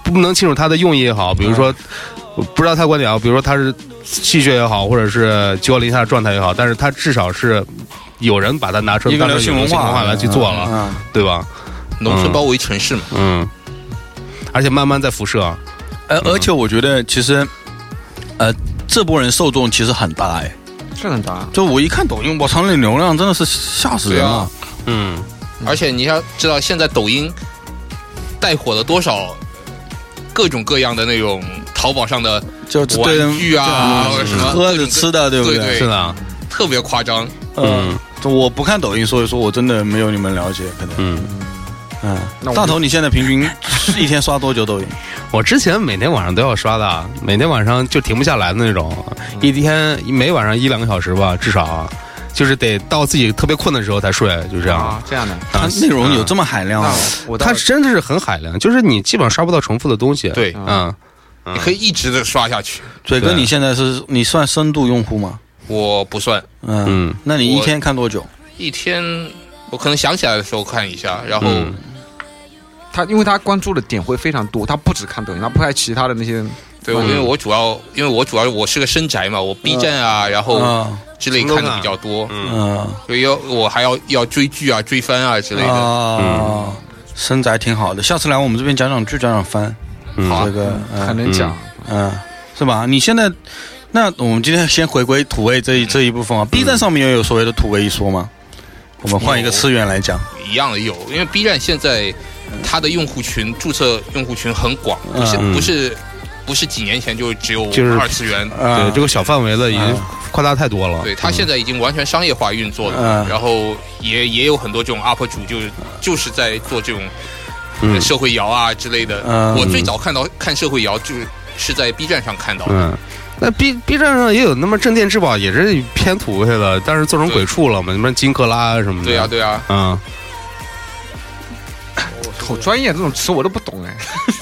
不能清楚它的用意也好，比如嗯说、我不知道他观点啊，比如说他是戏谑也好，或者是居高临下的状态也好，但是他至少是有人把它拿出一个当成流行一种流文行化嗯文化来去做了，嗯对吧？农村包围城市嘛，嗯，而且慢慢在辐射，而而且我觉得其实，呃，这波人受众其实很大哎，是很大，啊就我一看抖音，我操，那流量真的是吓死人了。嗯，而且你要知道，现在抖音带火了多少各种各样的那种淘宝上的就对玩具啊，什么喝的吃的，对不对嗯是的，哎特别夸张。嗯，这我不看抖音，所以说我真的没有你们了解，可能。嗯。嗯，大头，你现在平均一天刷多久抖音？我之前每天晚上都要刷的，每天晚上就停不下来的那种，嗯一天每晚上一两个小时吧，至少，啊就是得到自己特别困的时候才睡，就这样。啊，这样嗯的，它啊内容有这么海量那吗？我它他真的是很海量，就是你基本上刷不到重复的东西。对嗯，啊你可以一直的刷下去，嘴哥，对你现在是你算深度用户吗？我不算嗯嗯，那你一我天看多久？一天，我可能想起来的时候看一下，然后嗯他因为他关注的点会非常多，他不只看抖音，他不看其他的那些，对，因为我主要因为我主要我是个深宅嘛，我 B 站啊，嗯然后啊之类看的比较多，嗯所以要我还要要追剧啊、追番啊之类的。啊，身材挺好的，下次来我们这边讲讲剧，讲讲番。嗯啊这个很嗯能讲。嗯，是吧？你现在，那我们今天先回归土味这一这一部分啊。B 站上面也有所谓的土味一说吗？我们换一个次元来讲，一样的有，因为 B 站现在它的用户群注册用户群很广，不是、嗯不是不是几年前就只有就是二次元，对啊这个小范围的已经啊夸大太多了。对它现在已经完全商业化运作了，嗯然后也也有很多这种 UP 主就是就是在做这种呃嗯社会摇啊之类的。嗯我最早看到看社会摇就是是在 B 站上看到的，嗯，那 B B 站上也有那么镇店之宝，也是偏土味的，但是做成鬼畜了嘛，什么金克拉啊什么的。对啊，对啊，嗯，好专业，这种词我都不懂哎。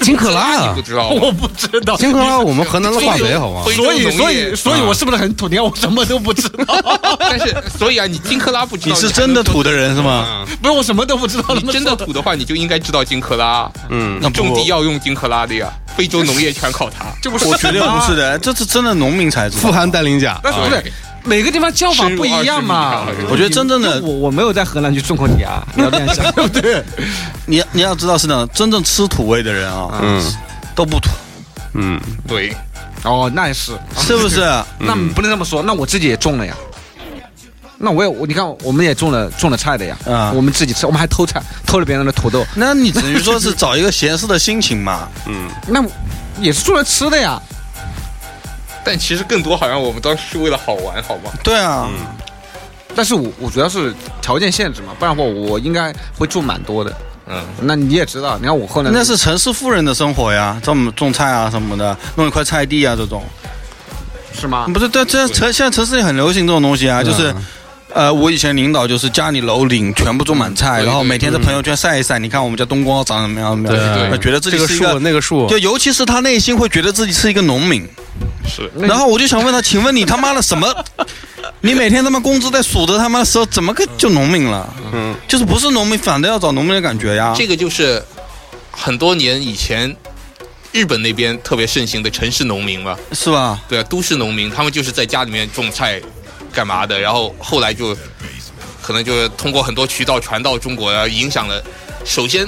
金克拉你 啊不，知道吗，我不知道。金克拉，我们河南的化肥好吗？所所以，这哎种所东西以，所以啊我是不是很土？你看我什么都不知道， 但是所以啊，你金克拉不知你道，是真的土的人是吗？嗯不是我什么都不知道。还能。你真的土的话，你就应该知道金克拉。啊嗯，那不种地要用金克拉的呀，非洲农业全靠它。这不是我绝对不是的，这是真的农民才知富道。含氮 磷钾。 但是哎哎不是每个地方叫法不一样嘛深入二十米啊？我觉得真正的我我没有在荷兰去种过地啊，你要这样想，对不对？你你要知道是那样，真正吃土味的人啊，嗯都不土，嗯，对，哦，嗯那也是，是不是？嗯那不能这么说，那我自己也种了呀。那我也我你看，我们也种了种了菜的呀，啊我们自己吃，我们还偷菜，偷了别人的土豆，那你等于说是找一个闲适的心情嘛？那也是做了吃的呀。但其实更多好像我们当时是为了好玩，好吗？对啊，但是我我主要是条件限制嘛，不然的话我应该会种蛮多的。嗯，那你也知道，你看我后来那是城市富人的生活呀，这么种菜啊什么的，弄一块菜地啊这种。是吗？不是，但这城现在城市里很流行这种东西啊，就是。嗯呃，我以前领导就是家里楼顶全部种满菜，对然后每天在朋友圈晒一晒，你看我们家冬瓜长什么样怎么样，对他觉得自这己个是一个树，那个树就，尤其是他内心会觉得自己是一个农民。是。你然后我就想问他，请问你他妈的什么？你每天他妈工资在数着他妈的时候，怎么个就农民了？嗯，就是不是农民，反正要找农民的感觉啊呀。这个就是很多年以前日本那边特别盛行的城市农民嘛，是吧？对啊，都市农民，他们就是在家里面种菜干嘛的，然后后来就可能就是通过很多渠道传到中国，然后影响了，首先。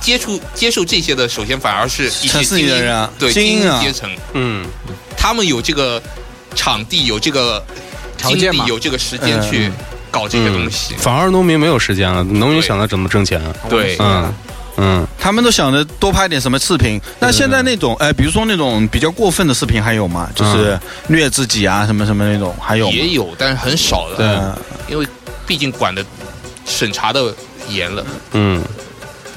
接触接受这些的，首先反而是一些城市里精的英人啊对精英啊阶层，嗯他们有这个场地有这个条精件力嘛有这个时间去嗯搞这些东西。嗯反而农民没有时间了，农民对想到怎么挣钱啊？对，嗯嗯，他们都想着多拍点什么视频。那现在那种，哎，比如说那种比较过分的视频还有吗？就是虐自己啊，什么什么那种，嗯还有吗也有，但是很少对了，因为毕竟管的审查的严了。嗯，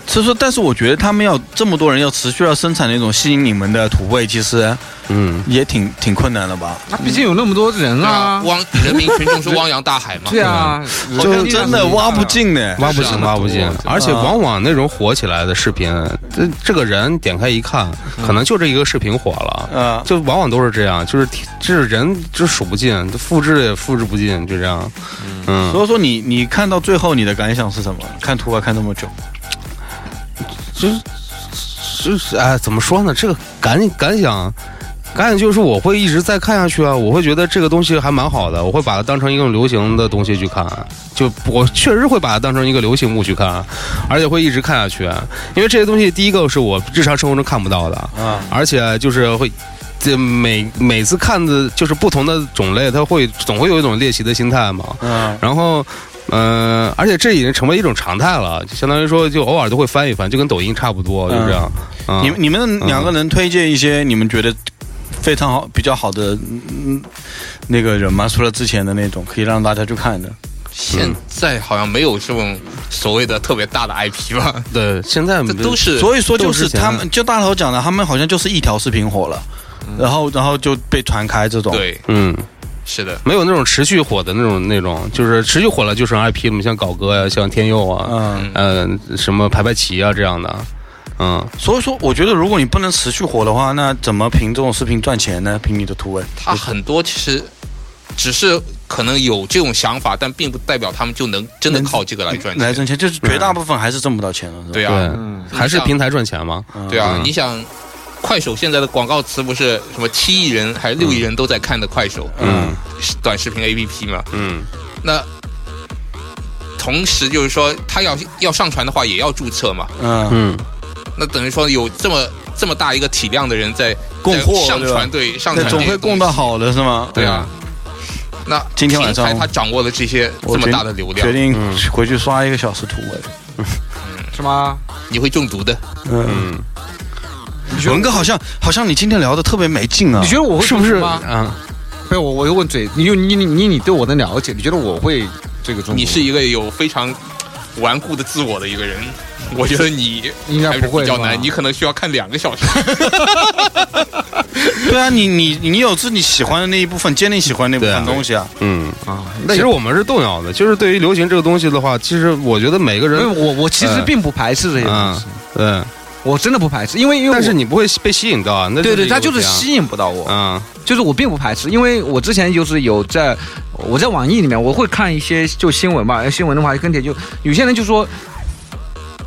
所以说，但是我觉得他们要这么多人要持续要生产那种吸引你们的土味，其实嗯，也挺挺困难的吧？那毕竟有那么多人啊，汪人民群众是汪洋大海嘛。对啊，人好像力量真是的很大挖不。尽呢。挖不是啊尽，挖不尽那。而且往往那种火起来的视频，这这个人点开一看，可能就这一个视频火了。啊，就往往都是这样，就是就是人就数不尽，复制也复制不尽，就这样。嗯，所以说你你看到最后你的感想是什么？看图啊，看这么久，就是就是哎，怎么说呢？这个感感想。感想就是我会一直在看下去啊，我会觉得这个东西还蛮好的，我会把它当成一个流行的东西去看，就我确实会把它当成一个流行物去看，而且会一直看下去，因为这些东西第一个是我日常生活中看不到的，啊，而且就是会。这每每次看的就是不同的种类，它会总会有一种猎奇的心态嘛。嗯，然后，嗯、而且这已经成为一种常态了，就相当于说，就偶尔都会翻一翻，就跟抖音差不多，就这样。嗯你你们两个人推荐一些你们觉得非常好、比较好的嗯那个人吗？除了之前的那种可以让大家去看的，现在好像没有这种所谓的特别大的 IP 吧？对现在这都是所以说就都是是这样他们，就大头讲的，他们好像就是一条视频火了，然后然后就被传开这嗯种。，对，嗯，是的，没有那种持续火的那种那种，就是持续火了就成 IP 了，像搞哥呀，像天佑啊，嗯，嗯、什么排排棋啊这样的，嗯，所以说我觉得如果你不能持续火的话，那怎么凭这种视频赚钱呢？凭你的图文，它很多其实只是可能有这种想法，但并不代表他们就能真的靠这个来赚来钱。赚钱，就是绝大部分还是挣不到钱的。是吧对对，啊，嗯还是平台赚钱嘛。对啊嗯，你想，快手现在的广告词不是什么七亿人还是六亿人都在看的快手，嗯，短视频 APP 嘛，嗯，那。同时就是说，他要要上传的话，也要注册嘛。嗯，嗯，那等于说有这么这么大一个体量的人在供货在上对吧传，对上那传总这会个供东到西好的是吗？对啊，那今天晚上平台它掌握了这些我这决么大的流量嗯决，定回去刷一个小时图文。是吗？你会中毒的。嗯，文哥好像好像你今天聊的特别没劲啊你。觉得我会是不是中毒吗？啊？不是我，我就问嘴，你就你你你你对我的了解，你觉得我会这个中毒？你是一个有非常顽固的自我的一个人，嗯我觉得你应该还是不会比较吧难，你可能需要看两个小时。对啊，你你你有自己喜欢的那一部分，坚定喜欢那部对分啊东西啊。嗯，啊，那其也实我们是动摇的，就是对于流行这个东西的话，其实我觉得每个没有人，我我其实呃并不排斥这些东嗯西，，对，我真的不排斥，因为因为但是我你不会被吸引到啊，那对对，一个它就是问题啊吸引不到我，嗯就是我并不排斥，因为我之前就是有在我在网易里面，我会看一些就新闻吧，新闻的话跟帖就有些人就说。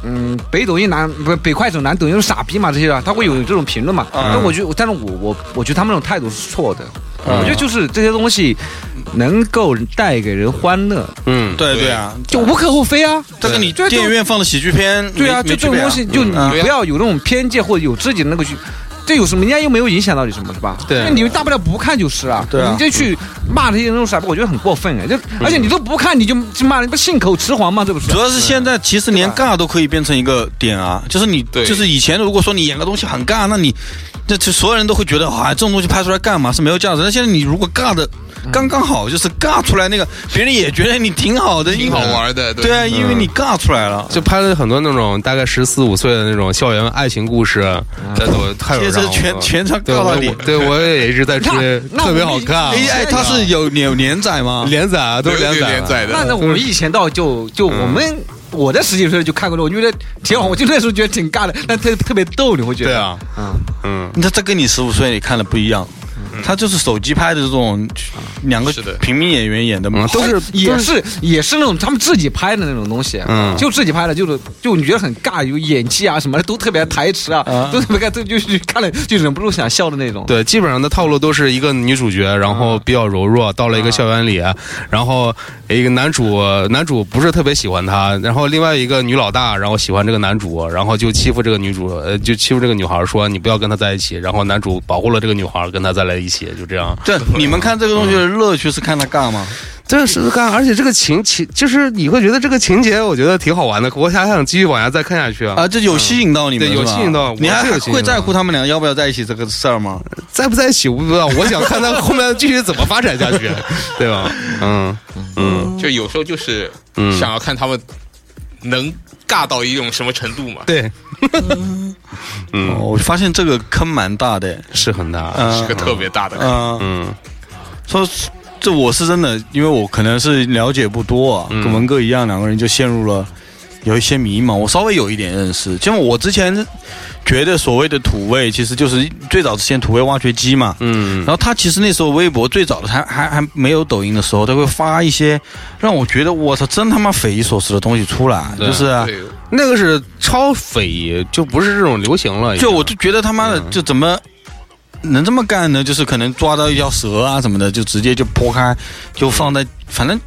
嗯，北抖音南不是北快手南抖音是傻逼嘛这些啊，他会有这种评论嘛。嗯但我觉得，但是我我我觉得他们那种态度是错的。嗯我觉得就是这些东西能够带给人欢乐，嗯，对对啊，就无可厚非啊。这跟你对电影院放的喜剧片，对啊，没就这种东，没西，区就你嗯不要有那种偏见或者有自己的那个去。这有什么？人家又没有影响到你什么，是吧？对那你大不了不看就是啊。对啊嗯你就去骂这些那种傻逼，我觉得很过分哎。就而且你都不看，你就去骂人，不信口雌黄吗？这不是别啊主？要是现在其实连尬都可以变成一个点啊，就是你对就是以前如果说你演个东西很尬，那你这这所有人都会觉得啊这种东西拍出来干嘛是没有价值。但现在你如果尬的嗯刚刚好，就是尬出来那个，别人也觉得你挺好的，挺好玩的对嗯对啊，因为你尬出来了。就拍了很多那种大概十四五岁的那种校园爱情故事，在抖太有这让是我全全场对告我到你。对我也一直在追你，看那特别我好们看，啊哎哎，他是有有连载吗？连载啊，都是对连对载连载啊，的。那那我们以前倒就就我们嗯我在十几岁就看过了，我觉得挺好，我就那时候觉得挺尬的，但特特别逗，你会觉得？对啊，嗯那这跟你十五岁你看的不一样，他就是手机拍的这种两个是的平民演员演的嘛嗯，，都是哎也是也是那种他们自己拍的那种东西，嗯就自己拍的，就是就你觉得很尬，有演技啊什么的都特别台词啊，嗯都特别尬，都就就看了就忍不住想笑的那种。对，基本上的套路都是一个女主角，然后比较柔弱，到了一个校园里，然后一个男主男主不是特别喜欢她，然后另外一个女老大，然后喜欢这个男主，然后就欺负这个女主，呃，就欺负这个女孩说你不要跟他在一起，然后男主保护了这个女孩，跟他在了一一些，就这样。对，你们看这个东西的乐趣是看他尬吗？这是干，而且这个情情就是你会觉得这个情节，我觉得挺好玩的。我还想继续往下再看下去啊！啊，这有吸引到你们对是吧有吸引到我你还是有吸引到会在乎他们俩要不要在一起这个事儿吗？在不在一起我不知道，我想看他后面继续怎么发展下 去，对吧？嗯嗯，就有时候就是嗯想要看他们能尬到一种什么程度嘛。对，嗯哦我发现这个坑蛮大的。是很大，是个特别大的坑。嗯，嗯说这我是真的，因为我可能是了解不多啊，跟文哥一样，两个人就陷入了有一些迷茫。我稍微有一点认识，就我之前觉得所谓的土味，其实就是最早之前土味挖掘机嘛。嗯然后他其实那时候微博最早的还还还没有抖音的时候，他会发一些让我觉得我操真他妈匪夷所思的东西出来，就是啊对，那个是超匪夷，就不是这种流行了。就我就觉得他妈的嗯就怎么能这么干呢？就是可能抓到一条蛇啊什么的，就直接就剖开，就放在反正。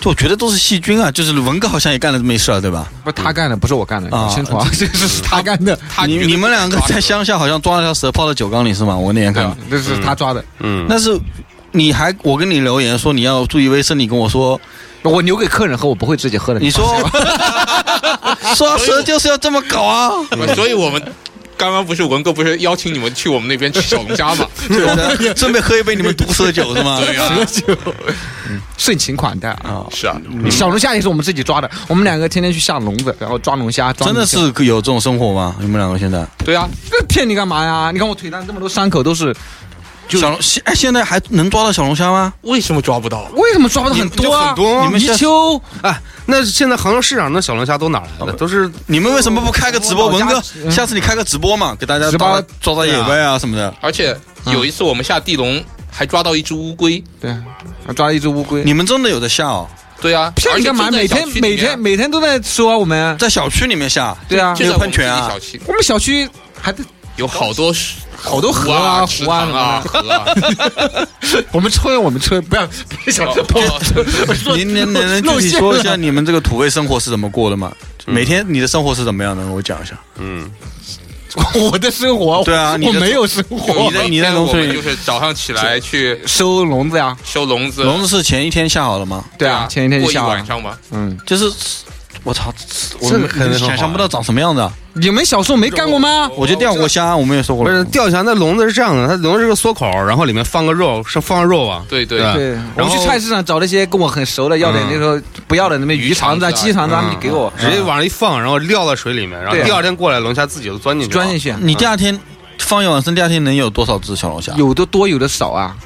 就我觉得都是细菌啊，就是文哥好像也干了这么一事儿，对吧？不是他干的，不是我干的，啊你清楚啊， 这是他干 的，他你觉得你们两个在乡下好像抓了条蛇泡在酒缸里是吗？我那天看啊了，这是他抓的，嗯，但是你还我跟你留言说你要注意卫生，你跟我说我留给客人喝，我不会自己喝的。你说 抓蛇就是要这么搞啊，嗯所以我们刚刚不是文哥不是邀请你们去我们那边吃小龙虾嘛？ 对啊的，顺便喝一杯你们毒蛇酒是啊吗？对啊， 盛情款待啊！是啊，小龙虾也是我们自己抓的，我们两个天天去下笼子，然后抓龙虾，抓真的龙虾是有这种生活吗？你们两个现在？对啊，这骗你干嘛呀？你看我腿上这么多伤口都是，小龙现哎现在还能抓到小龙虾吗？为什么抓不到？为什么抓不到很多啊？很多啊你们泥现在鳅哎，那现在杭州市场那小龙虾都哪呃来的？都是你们为什么不开个直播？我文老家哥，下次你开个直播嘛，给大家直播抓抓抓野味啊什么的。而且嗯有一次我们下地笼还抓到一只乌龟。对，啊抓了一只乌龟。你们真的有在下哦，对啊，骗而你且干嘛？就在每小天区里每面啊天每天都在说我们，在小区里面下。啊对啊，就在有我们喷泉啊自己小区我们小区还得 有好多好多河啊、啊池湖啊塘啊、什么河啊。的。我们村我们村不要不要 想哦哦您您能能具露体馅说一了。下你们这个土味生活是怎么过的吗？每天你的生活是怎么样的？我讲一下。我的生活，对啊你我的没有生活你，在你在农村我们里就是早上起来去收笼子呀，收笼子，笼子是前一天下好了吗？对啊，前一天就过一下晚了。上吧。就是我操，我这个可能很好想象不到长什么样子啊。你们小时候没干过吗？我就钓过虾，我们也说过不了是。钓虾那笼子是这样的，它笼子是个缩口，然后里面放个肉，是放肉啊。对对对吧对，我然后去菜市场找那些跟我很熟的，要点那时候不要的那么哦鱼肠子啊、嗯鱼肠子啊鸡肠子，他们就给我直接往上一放，然后撂到水里面，然后对啊第二天过来，龙虾自己就钻进去，钻进。去。你第二天放一晚上，第二天能有多少只小龙虾？有的多，有的少啊，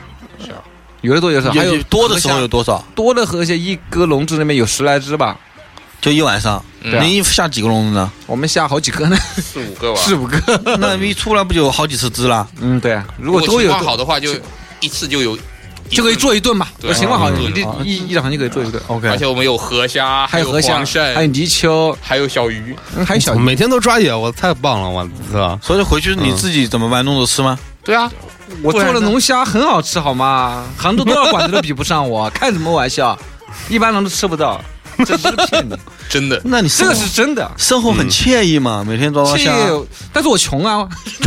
有的多，有的少。还有有有多的时候河有蟹多少？多的河蟹，一个笼子里面有十来只吧，就一晚上，嗯您一下几个笼子呢？我们下好几个呢，四五 个吧。四五个。那一出来不就有好几十只啦？嗯，对啊，如如果都情有况好的话，就一次就有一就可以顿。做一顿嘛。对情况好，嗯一一一两行就可以做一顿。 OK 而且我们有河虾，还有有河虾，黄鳝，还有泥鳅，还有小鱼。嗯还有小我鱼。每天都抓野，我太棒了，我操！所以回去你自己怎么办？弄着吃吗？对啊，我做不的然呢龙虾很好吃，好吗？杭州多少馆子都比不上我，开什么玩笑？一般人都吃不到，这不是骗你，真的那你这生个活是真的。生活很惬意嘛？每天抓抓虾，这，但是我穷啊！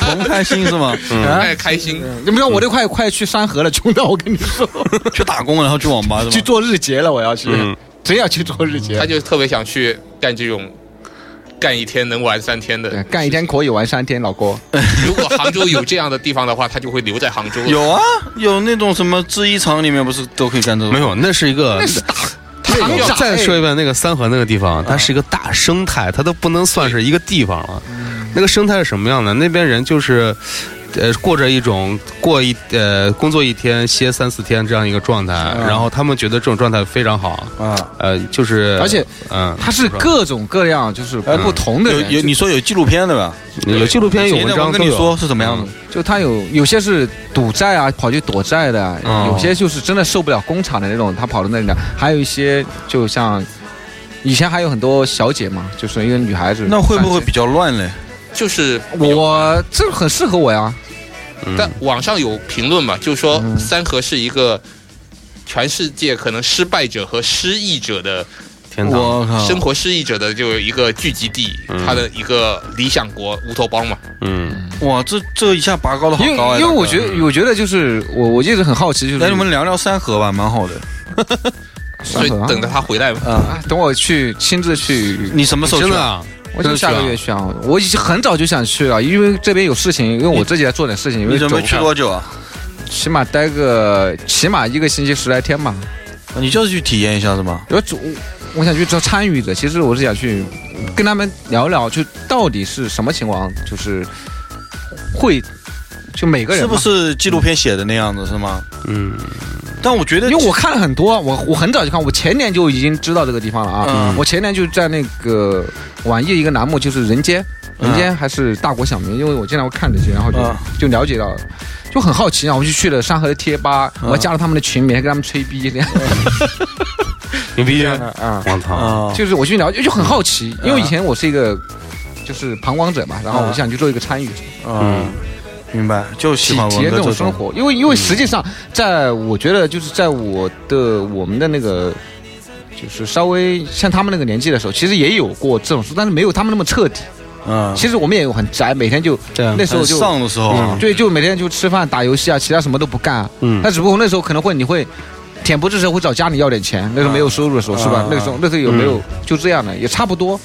穷开心是吗？嗯太开心。你们看我这快快去山河了，穷到我跟你说，去打工然后去网吧是 去吧？做日结了，我要去嗯， 真要去做日结他。就特别想去干这种，干一天能玩三天对的。干一天可以玩三天，老郭。如果杭州有这样的地方的话，他就会留在杭州。 有啊，有那种什么制衣厂里面不是都可以干这种？没有，那是一个。他我要哦再哎说一遍，那个三河那个地啊方，它是一个大生态，它都不能算是一个地方了。嗯那个生态是什么样的？那边人就是，呃，过着一种过一呃工作一天歇三四天这样一个状态，然后他们觉得这种状态非常好。啊，呃，就是而且嗯，他是各种各样，就是嗯不同的有人，有，你说有纪录片对吧？有纪录片有前文天我章跟都你有。说是怎么样的？就他有有些是赌债啊，跑去躲债的，啊嗯有些就是真的受不了工厂的那种，他跑到那里的，还有一些就像以前还有很多小姐嘛，就是一个女孩子。那会不会比较乱嘞？就是我这很适合我呀？但网上有评论嘛，就说嗯三河是一个全世界可能失败者和失意者的天堂，我靠，嗯嗯生活失意者的就有一个聚集地，他的一个理想国乌托邦嘛。嗯，哇，这这一下拔高的好因为高呀！因为我大哥觉得我觉得就是我我一直很好奇，就是来你们聊聊山河吧，蛮好的。所以很好等着他回来吧。啊，等我去亲自 去，你什么时候去真啊的啊，我就下个月去啊，我已经很早就想去了，因为这边有事情，因为我自己在做点事情，因为你准备走去多久啊？起码待个起码一个星期十来天吧。你就是去体验一下是吗？有主，我想去做参与者。其实我是想去跟他们聊聊，就到底是什么情况，就是会就每个人是不嘛？是纪录片写的那样子是吗？嗯，但我觉得，因为我看了很多，我我很早就看，我前年就已经知道这个地方了啊。嗯我前年就在那个网易一个栏目，就是人间，嗯人间还是大国小民，因为我经常会看这些，然后就、嗯就了解到了。就很好奇，然后我就去了山河的贴吧，嗯我还加了他们的群，每天跟他们吹逼这样牛逼，嗯的啊。我操，啊，就是我去了解，就很好奇，因为以前我是一个就是旁观者嘛，然后我嗯想去做一个参与者，嗯，明白，就喜体欢体文验哥这这嗯种生活，因为因为实际上，在我觉得就是在我的我们的那个。就是稍微像他们那个年纪的时候，其实也有过这种事，但是没有他们那么彻底。嗯，其实我们也有很宅，每天就对那时候就嗯上的时候啊，对，就每天就吃饭、打游戏啊，其他什么都不干、啊。嗯但只不过那时候可能会你会恬不知耻，会找家里要点钱。那时候嗯没有收入的时候，是吧？那时候那时候有没有就这样的，也差不多。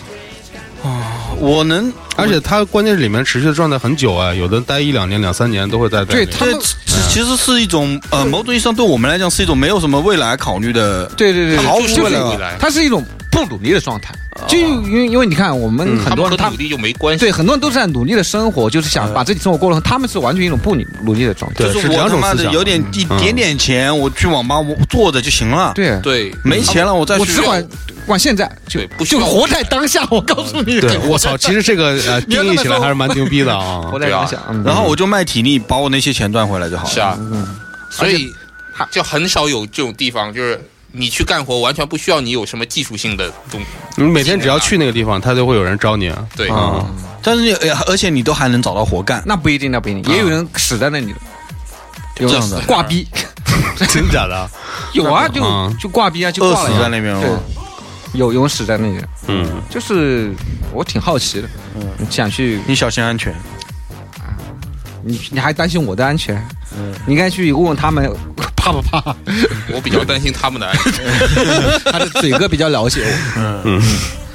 我能而且它关键是里面持续的状态很久啊，有的待一两年、两三年都会待在对里面他对们，嗯其其实是一种呃，某种意义上对我们来讲是一种没有什么未来考虑的，对对对对，毫无就是未来感它是一种不努力的状态。就因为因为你看，我们很他多人们和他努力又没关系。对很多人都是在努力的生活，就是想把自己生活过得很，他们是完全一种不努努力的状态。对就是是我两他种妈思的想有点一点点钱，我去网吧我坐着就行了，嗯对，对，没钱了我再我去只管管现在，就对不需就要活在当下。我告诉你，对，我操，其实这个 呃你要这定么义起来说还是蛮牛逼的啊活，在当下。嗯然后我就卖体力，把我那些钱赚回来就好了。是啊，所以他就很少有这种地方，就是你去干活完全不需要你有什么技术性的东西。你嗯每啊天只要去那个地方，他就会有人招你啊，对，哦啊， 但是你呃而且你都还能找到活干，那不一定，那不一定，也有人死在那里的，有这样的挂逼，真假 的？有啊，就嗯就挂逼啊，就饿挂死了在呀。那边对了。，有有人死在那里，嗯，就是我挺好奇的，想去，你小心安全。你你还担心我的安全？嗯你应该去问问他 们怕不怕，我比较担心他们的安全。他的嘴哥比较了解我。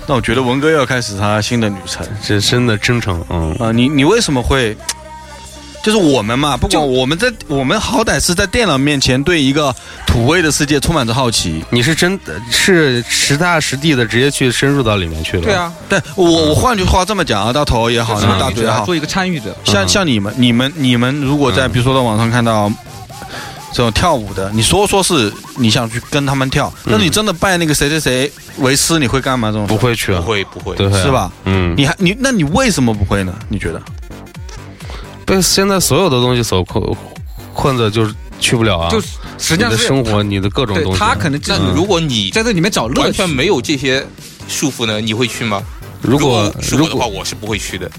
那我觉得文哥又要开始他新的旅程这真的真诚，嗯，啊！你你为什么会？就是我们嘛，不管我们在我们好歹是在电脑面前对一个土味的世界充满着好奇。你是真的是实打实地的直接去深入到里面去了，对，啊，但我我换句话这么讲啊，大头也好，就那是个大嘴也啊好，做一个参与者，像嗯像你们你们你们如果在比如说在网上看到这种跳舞的，你说说是你想去跟他们跳，但是你真的拜那个谁谁谁为师，你会干嘛这种事？不会去不啊，会不会，对，是吧？嗯，你还你那你为什么不会呢？你觉得？被现在所有的东西所困困着，就是去不了啊，就是实你际上的是生活，你的各种东对西，啊他可能那在嗯如果你在这里面找乐完趣全。没有这些束缚呢，你会去吗？如果是如我的话，果。我是不会去的，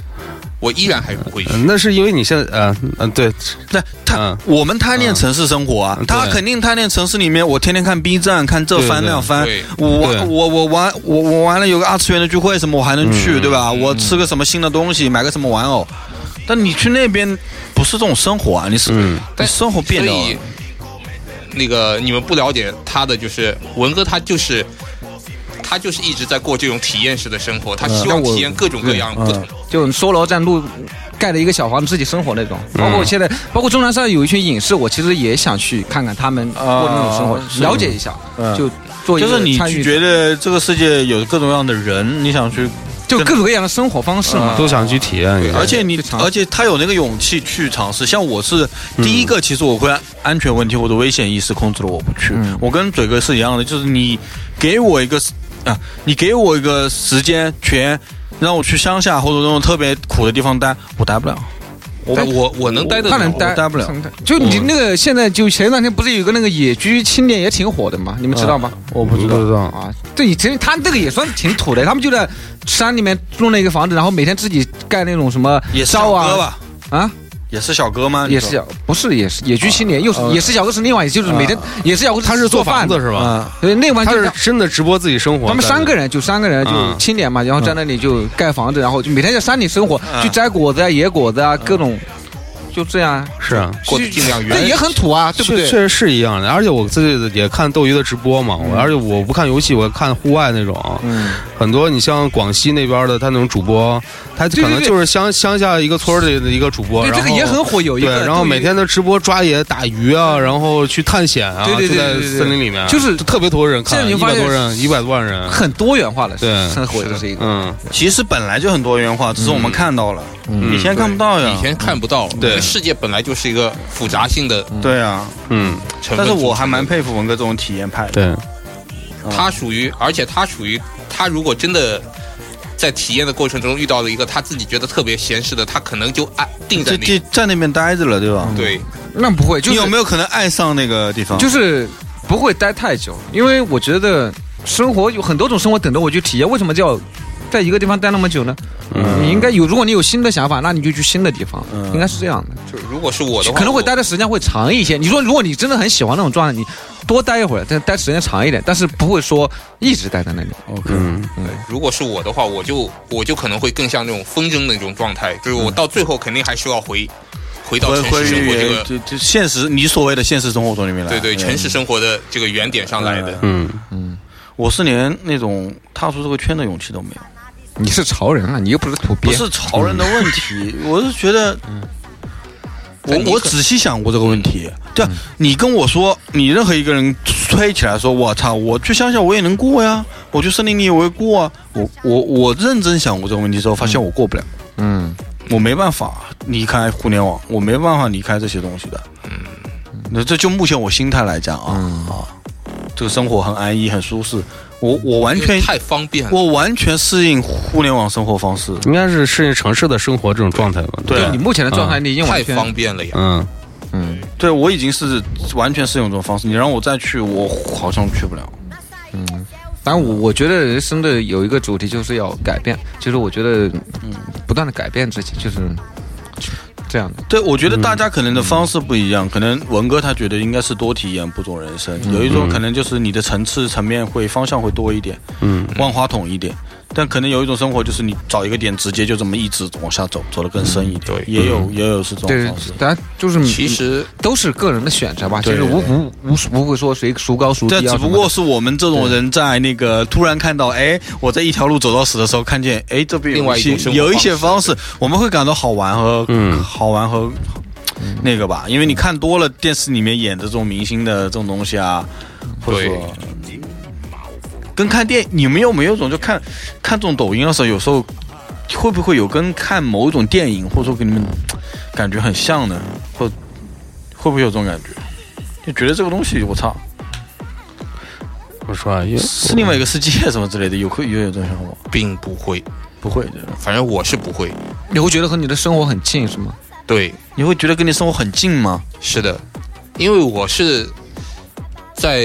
我依然还是不会去。嗯那是因为你现在，呃，嗯，对，对他嗯，我们贪恋城市生活啊嗯，他对肯定贪恋城市里面，我天天看 B 站，看这翻对对那翻对，我对玩我我玩我我玩了有个二次元的聚会什么，我还嗯能去，对吧？我吃个什么新的东西，买个什么玩偶，但你去那边不是这种生活啊，你是嗯你生活变所掉以了，哦那个你们不了解他的，就是文哥，他就是他就是一直在过这种体验式的生活，他希那望我体验各种各样不同。就梭罗站路盖了一个小房子自己生活那种，嗯包括现在，包括中南山有一群影视，我其实也想去看看他们过的那种生活啊，是了解一下，就做一就是个你参与者，觉得这个世界有各种各样的人，你想去，就各种各样的生活方式嘛。嗯都想去体验一下而。且你去尝试而且他有那个勇气去尝试。像我是第一嗯个，其实我会安安全问题或者危险意识控制了我不去嗯。我跟嘴哥是一样的，就是你给我一个啊，你给我一个时间权，让我去乡下或者那种特别苦的地方待，我待不了。我我我能待得他了能待我待不了，嗯就你那个现在就前段天不是有个那个野居青年也挺火的嘛，你们知道吗？我不知道，啊，对，以前他这个也算挺土的，他们就在山里面弄了一个房子，然后每天自己盖那种什么也是灶小哥啊吧？啊，也是小哥吗？也是你说小不是也是野居青年，又是也是小哥是另外，就是每天也是小哥他是做饭房子是吧？啊，对，那晚他就是是真的直播自己生活。他们在三个人，就三个人就嗯青年嘛，然后在那里就盖房子，然后就每天在山里生活，去摘果子啊、野果子啊，各种，就这样。是啊，过得尽量但远也。很土啊，对不确对确？实是一样的。而且我自己也看斗鱼的直播嘛，我而且我不看游戏，我看户外那种。嗯，很多你像广西那边的，他那种主播，他对可能对就是乡乡下一个村儿里的一个主播，对，然这后个也很火，有一对个，，然后每天都都直播抓野打鱼啊，然后去探险啊，对对对就在对对对森林里面，就是特别多人看，现在一你百发现多人，一百多万人，很多元化了，对生活就是一个。嗯，其实本来就很多元化，只是嗯我们看到了，以前看不到呀以。前看不到，嗯对因为世界本来就是一个复杂性的对啊，嗯，成分。但是我还蛮，佩服文哥这种体验派的。对，他属于，而且他属于，他如果真的在体验的过程中遇到了一个他自己觉得特别闲适的，他可能就按定在这那这。在那边待着了，对吧？对，那不会，就你是有没有可能爱上那个地方？就是不会待太久，因为我觉得生活有很多种生活等着我去体验。为什么叫在一个地方待那么久呢？你应该有，如果你有新的想法，那你就去新的地方，应该是这样的。就如果是我的话，可能会我待的时间会长一些。你说，如果你真的很喜欢那种状态，你多待一会儿，但待时间长一点，但是不会说一直待在那里。如果是我的话，我就我就可能会更像那种风筝那种状态，就是我到最后肯定还是要回回到回城回市生活这个就就现实，你所谓的现实生活中里面来。嗯对对城市生活的这个原点上来的。嗯，我是连那种踏出这个圈的勇气都没有。你是潮人啊，你又不是土鳖。不是潮人的问题，我是觉得，我但嗯你我可嗯仔细想过这个问题。对啊，你跟我说，你任何一个人吹起来说，我操，我去乡下我也能过呀，我去森林里也会过啊。我我我认真想过这个问题之后，发现我过不了，嗯，我没办法离开互联网，我没办法离开这些东西的。那这就目前我心态来讲啊嗯啊，这个生活很安逸，很舒适。我我嗯完因为全太方便了，我完全适应互联网生活方式。应该是适应城市的生活这种状态吧？对就你目前的状态，你已经嗯太完全方便了呀！嗯，嗯，对我已经是完全适用这种方式，你让我再去，我好像去不了。但我我觉得人生的有一个主题就是要改变，就是我觉得，嗯，不断的改变自己，就是这样的。对，我觉得嗯大家可能的方式不一样，可能文哥他觉得应该是多体验不同人嗯生，有一种可能就是你的层次层面会方向会多一点，嗯，万花筒一点。但可能有一种生活就是你找一个点，直接就这么一直往下走，走得更深一点。嗯对也有也有是这种对方式，。大家就是嗯其实都是个人的选择吧，就对是无无无不会说谁孰高孰低这啊什么只的。不过是我们这种人在那个突然看到，哎，我在一条路走到死的时候，看见，哎，这边有另外一些种生活有一些方方式式，我们会感到好玩和嗯好玩和那个吧，因为你看多了电视里面演的这种明星的这种东西啊，或者说对跟看电，你们有没有一种就看看这种抖音的时候，有时候会不会有跟看某种电影，或者说给你们感觉很像呢？或会不会有这种感觉？就觉得这个东西，我操！我说啊，因为是另外一个世界什么之类的，有会也有这种想法吗？并不会，不会的，反正我是不会。你会觉得和你的生活很近，是吗？对，你会觉得跟你生活很近吗？是的，因为我是在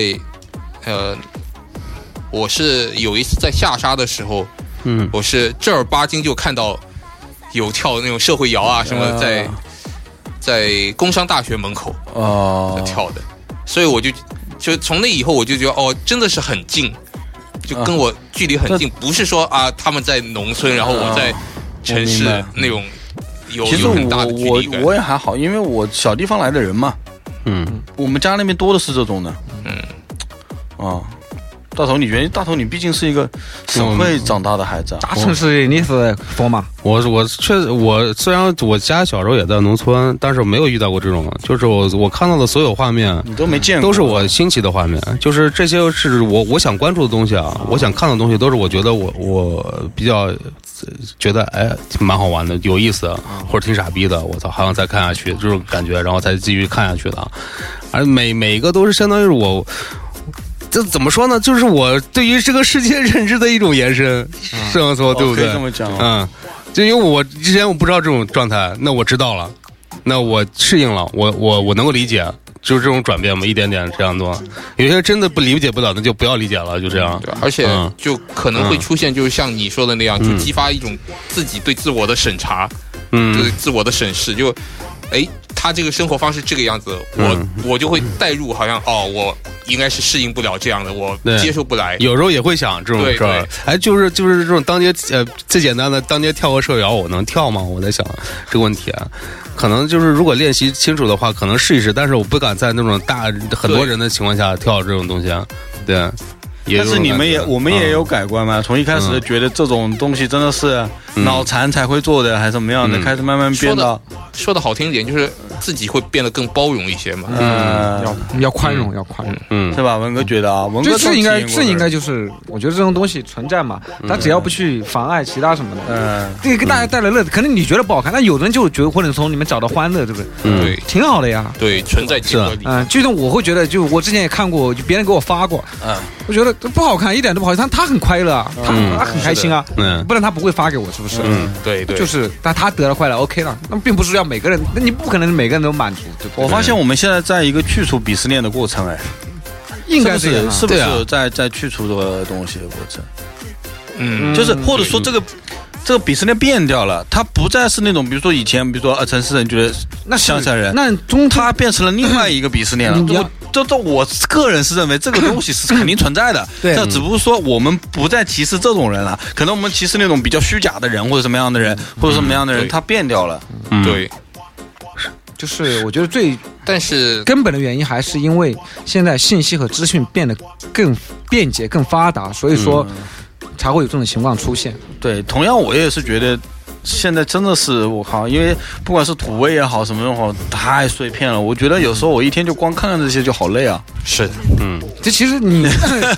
呃，我是有一次在下沙的时候，嗯，我是正儿八经就看到有跳那种社会摇啊什么在、在工商大学门口哦跳的，所以我就就从那以后我就觉得哦，真的是很近，就啊跟我距离很近，不是说啊他们在农村，然后我在城市啊我明白那种有其实有我很大的距我离感。我也还好，因为我小地方来的人嘛，嗯，我们家那边多的是这种的。嗯，啊，大头，你原大头，你毕竟是一个省会长大的孩子啊，大城市你是疯嘛？我我确实我虽然我家小时候也在农村，但是我没有遇到过这种，就是我我看到的所有画面，你都没见过，哦都是我新奇的画面，就是这些是我我想关注的东西哦啊，我想看的东西都是我觉得我我比较呃觉得哎蛮好玩的、有意哦思的，或者挺傻逼的，我操，还想再看下去这种感觉，然后再继续看下去的啊。而每每一个都是相当于是我。这怎么说呢？就是我对于这个世界 认知的一种延伸，这样说哦对不对？可以这么讲啊。嗯，就因为我之前我不知道这种状态，那我知道了，那我适应了，我我我能够理解，就是这种转变嘛，一点点这样做。有些真的不理解不了，那就不要理解了，就这样。对，而且嗯就可能会出现，就是像你说的那样，就激发一种自己对自我的审查，嗯就是自我的审视。就哎，他这个生活方式这个样子，我、嗯我就会代入，好像哦，我应该是适应不了这样的，我对接受不来。有时候也会想这种对事儿对，哎，就是就是这种当街呃最简单的当街跳个社摇，我能跳吗？我在想这个问题啊，可能就是如果练习清楚的话，可能试一试，但是我不敢在那种大很多对人的情况下跳这种东西啊，对。也有但这是种你们也，感觉我们也嗯有改观嘛。从一开始觉得这种东西真的是脑残才会做的，还是怎么样的，嗯开始慢慢说变的到，说的好听一点，就是自己会变得更包容一些嘛。嗯，要宽容，要宽容。嗯是吧？文哥觉得啊，文哥这倒这应该体验过这应该就是，我觉得这种东西存在嘛，它只要不去妨碍其他什么的，嗯，这个给大家带来乐子。可能你觉得不好看，但有的人就觉得或者从里面找到欢乐，对不对？嗯，啊对挺好的呀。对，存在即合理。嗯，就像我会觉得，就我之前也看过，就别人给我发过，嗯，我觉得这不好看，一点都不好看，但他很快乐啊，他嗯他很开心啊，嗯不然他不会发给我，是不是？嗯对对，就是，但他得了快乐，OK 了，那并不是要每个人，那你不可能每个人都满足，对不对我发现我们现在在一个去除鄙视链的过程，哎，应该是这样不是啊是不对啊是在在去除这个东西的过程？嗯，就是或者说这个这个鄙视链变掉了，它不再是那种比如说以前比如说呃城市人觉得那是乡下人，那中他它变成了另外一个鄙视链了。你要我这这我个人是认为这个东西是肯定存在的，对这只不过说我们不再歧视这种人了，可能我们歧视那种比较虚假的人或者什么样的人或者什么样的对人，他变掉了。嗯对，就是我觉得最但 是根本的原因还是因为现在信息和资讯变得更便捷、更发达，所以说嗯才会有这种情况出现。对，同样我也是觉得。现在真的是我靠，因为不管是土味也好，什么也好，太碎片了。我觉得有时候我一天就光看看这些就好累啊。是这其实 你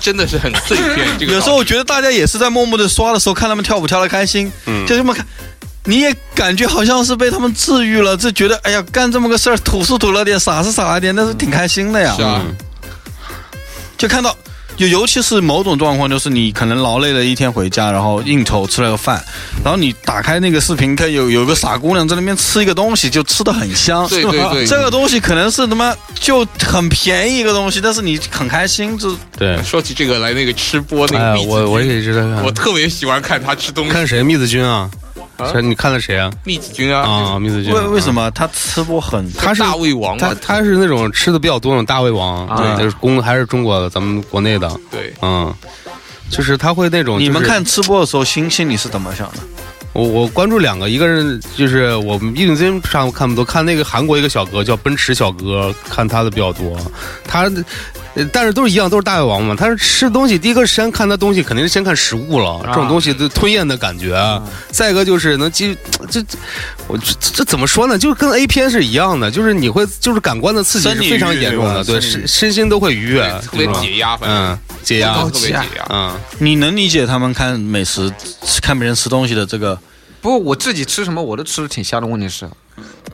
真的是很碎片。 这个有时候我觉得大家也是在默默的刷的时候，看他们跳舞跳的开心，嗯就这么看，你也感觉好像是被他们治愈了，就觉得哎呀，干这么个事儿，土是土了点，傻是傻了点，但是挺开心的呀嗯是。啊，就看到。尤尤其是某种状况，就是你可能劳累了一天回家，然后应酬吃了个饭，然后你打开那个视频，看有有个傻姑娘在那边吃一个东西，就吃的很香。对对对这个东西可能是他妈就很便宜一个东西，但是你很开心，啊这对，说起这个来，那个吃播那个哎密，子我我君也知嗯道看我特别喜欢看他吃东西。看谁密子君啊？是你看了谁啊？密子君啊，啊，密子君为为什么？么他吃播很他是大胃王啊他嘛，他是那种吃的比较多那种大胃王，啊对，就是公还是中国的，咱们国内的，对，嗯，就是他会那种、你们就是看吃播的时候，心心里是怎么想的？我我关注两个，一个人就是我们硬件上看不多，看那个韩国一个小哥叫奔驰小哥，看他的比较多。他，呃但是都是一样，都是大胃王嘛。他是吃东西，第一个先看他东西，肯定是先看食物了，这种东啊西的吞咽的感觉。啊再一个就是能记，这这我这这怎么说呢？就是跟 A 片是一样的，就是你会就是感官的刺激生是理非常愉悦严重的，对对吧生理身身心都会愉悦，特别是吧解压，反正嗯，解压，特别解压。嗯，你能理解他们看美食、吃看别人吃东西的这个？不过我自己吃什么我都吃的挺香的。问题是，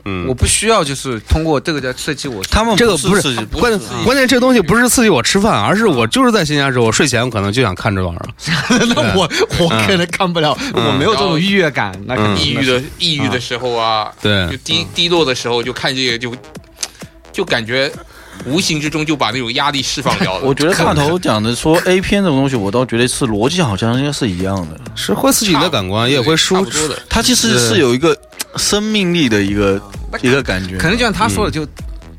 嗯我不需要就是通过这个来刺激我。他们这个不不是自己不嗯关是键关键这东西不是刺激我吃饭，而是我就是在闲暇时候，我睡前我可能就想看这玩意儿。那我嗯我可能看不了，我没有这然后种愉悦感，那嗯肯抑定郁的抑郁的时候啊，对嗯就低低落的时候，就看这个就就感觉无形之中就把那种压力释放掉了。 我觉得大头讲的说 A 片这种东西，我倒觉得是逻辑好像应该是一样的。是会刺激你的感官，也会差舒不多的，它其实是是有一个生命力的一个一个感觉。可能就像他说的，嗯就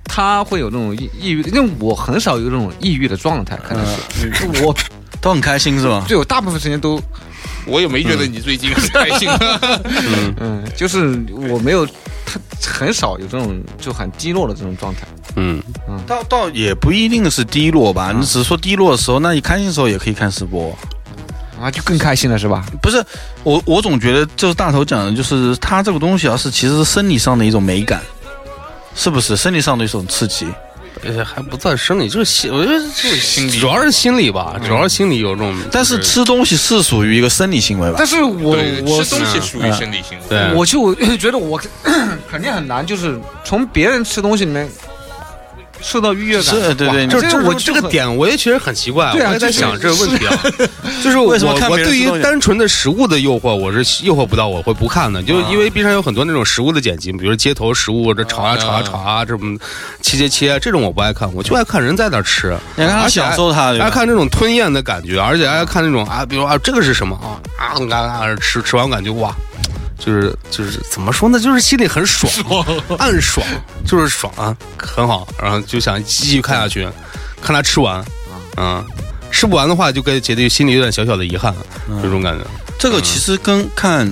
他会有那种抑抑郁，因为我很少有这种抑郁的状态，可能是嗯就我都很开心是吧？对我大部分时间都我也没觉得你最近很开心。啊嗯，就是我没有他很少有这种就很低落的这种状态。嗯，倒倒也不一定是低落吧，你只是说低落的时候，那你开心的时候也可以看直播。啊，就更开心了是吧？不是，我我总觉得就是大头讲的，就是它这个东西啊，是其实是生理上的一种美感，是不是？生理上的一种刺激。呃还不算生理，就是心，我觉得就是心理主要是心理吧，主要是心理有种，但是吃东西是属于一个生理行为吧但？是我 对，我吃东西属于生理行为，嗯对，我就 觉得我 肯定很难，就是从别人吃东西里面受到愉悦感。是对对哇就这是个我我这个点，我也确实很奇怪，对啊我也在就是想这个问题啊， 就是我为什么看我别人对吃于东西单纯的食物的诱惑，我是诱惑不到，我会不看的，就因为 B 站有很多那种食物的剪辑，比如街头食物这炒啊炒啊炒啊，这么切切切，这种我不爱看，我就爱看人在那儿吃，你看他而且享受它对吧爱看这种吞咽的感觉，而且爱看那种啊，比如啊这个是什么啊啊啊啊吃吃完感觉哇。就是就是怎么说呢，就是心里很爽，暗爽，就是爽啊，很好，然后就想继续看下去，看他吃完，嗯，吃不完的话就该觉得心里有点小小的遗憾，这种感觉。这嗯个其实跟看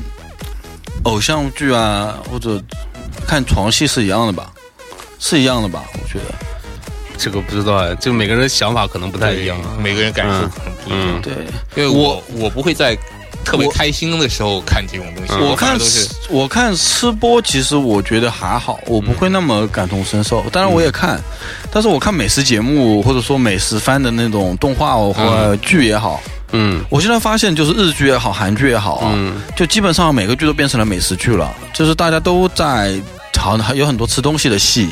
偶像剧啊，或者看床戏是一样的吧？是一样的吧？我觉得。这个不知道哎，就每个人想法可能不太哎一样啊。每个人感受可能不一样。嗯，对，因为我我不会在特别开心的时候看这种东嗯西，反而我看都是吃我看吃播，其实我觉得还好，我不会那么感同身受。当然我也看，但是我看美食节目或者说美食番的那种动画哦或剧也好，嗯我现在发现就是日剧也好，韩剧也好啊，嗯就基本上每个剧都变成了美食剧了，就是大家都在好像有很多吃东西的戏，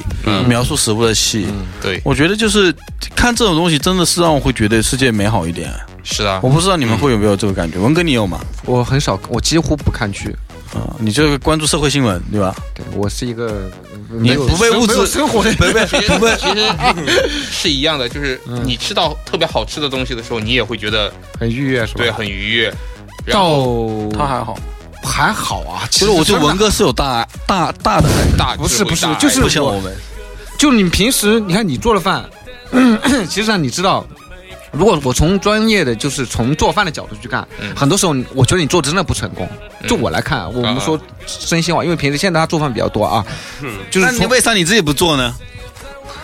描述食物的戏。对，我觉得就是看这种东西，真的是让我会觉得世界美好一点。是啊我，不知道你们会有没有这个感觉，文哥你有吗？我很少，我几乎不看剧。啊，你这个关注社会新闻对吧？ 对我是一个你没有不被物没有质生活的不被其实其实 是一样的，就是嗯你吃到特别好吃的东西的时候，你也会觉得很愉悦是吧？对很愉悦。然后到他还好，还好啊，其其实我对文嗯哥是有大大大的大不是智慧不是大爱哎就是不像我们，就你平时，你看你做了饭， 其实上你知道，如果我从专业的就是从做饭的角度去看，嗯很多时候你我觉得你做真的不成功。就我来看，啊我们啊说真心话，因为平时现在他做饭比较多啊，嗯就是那你从为啥你自己不做呢？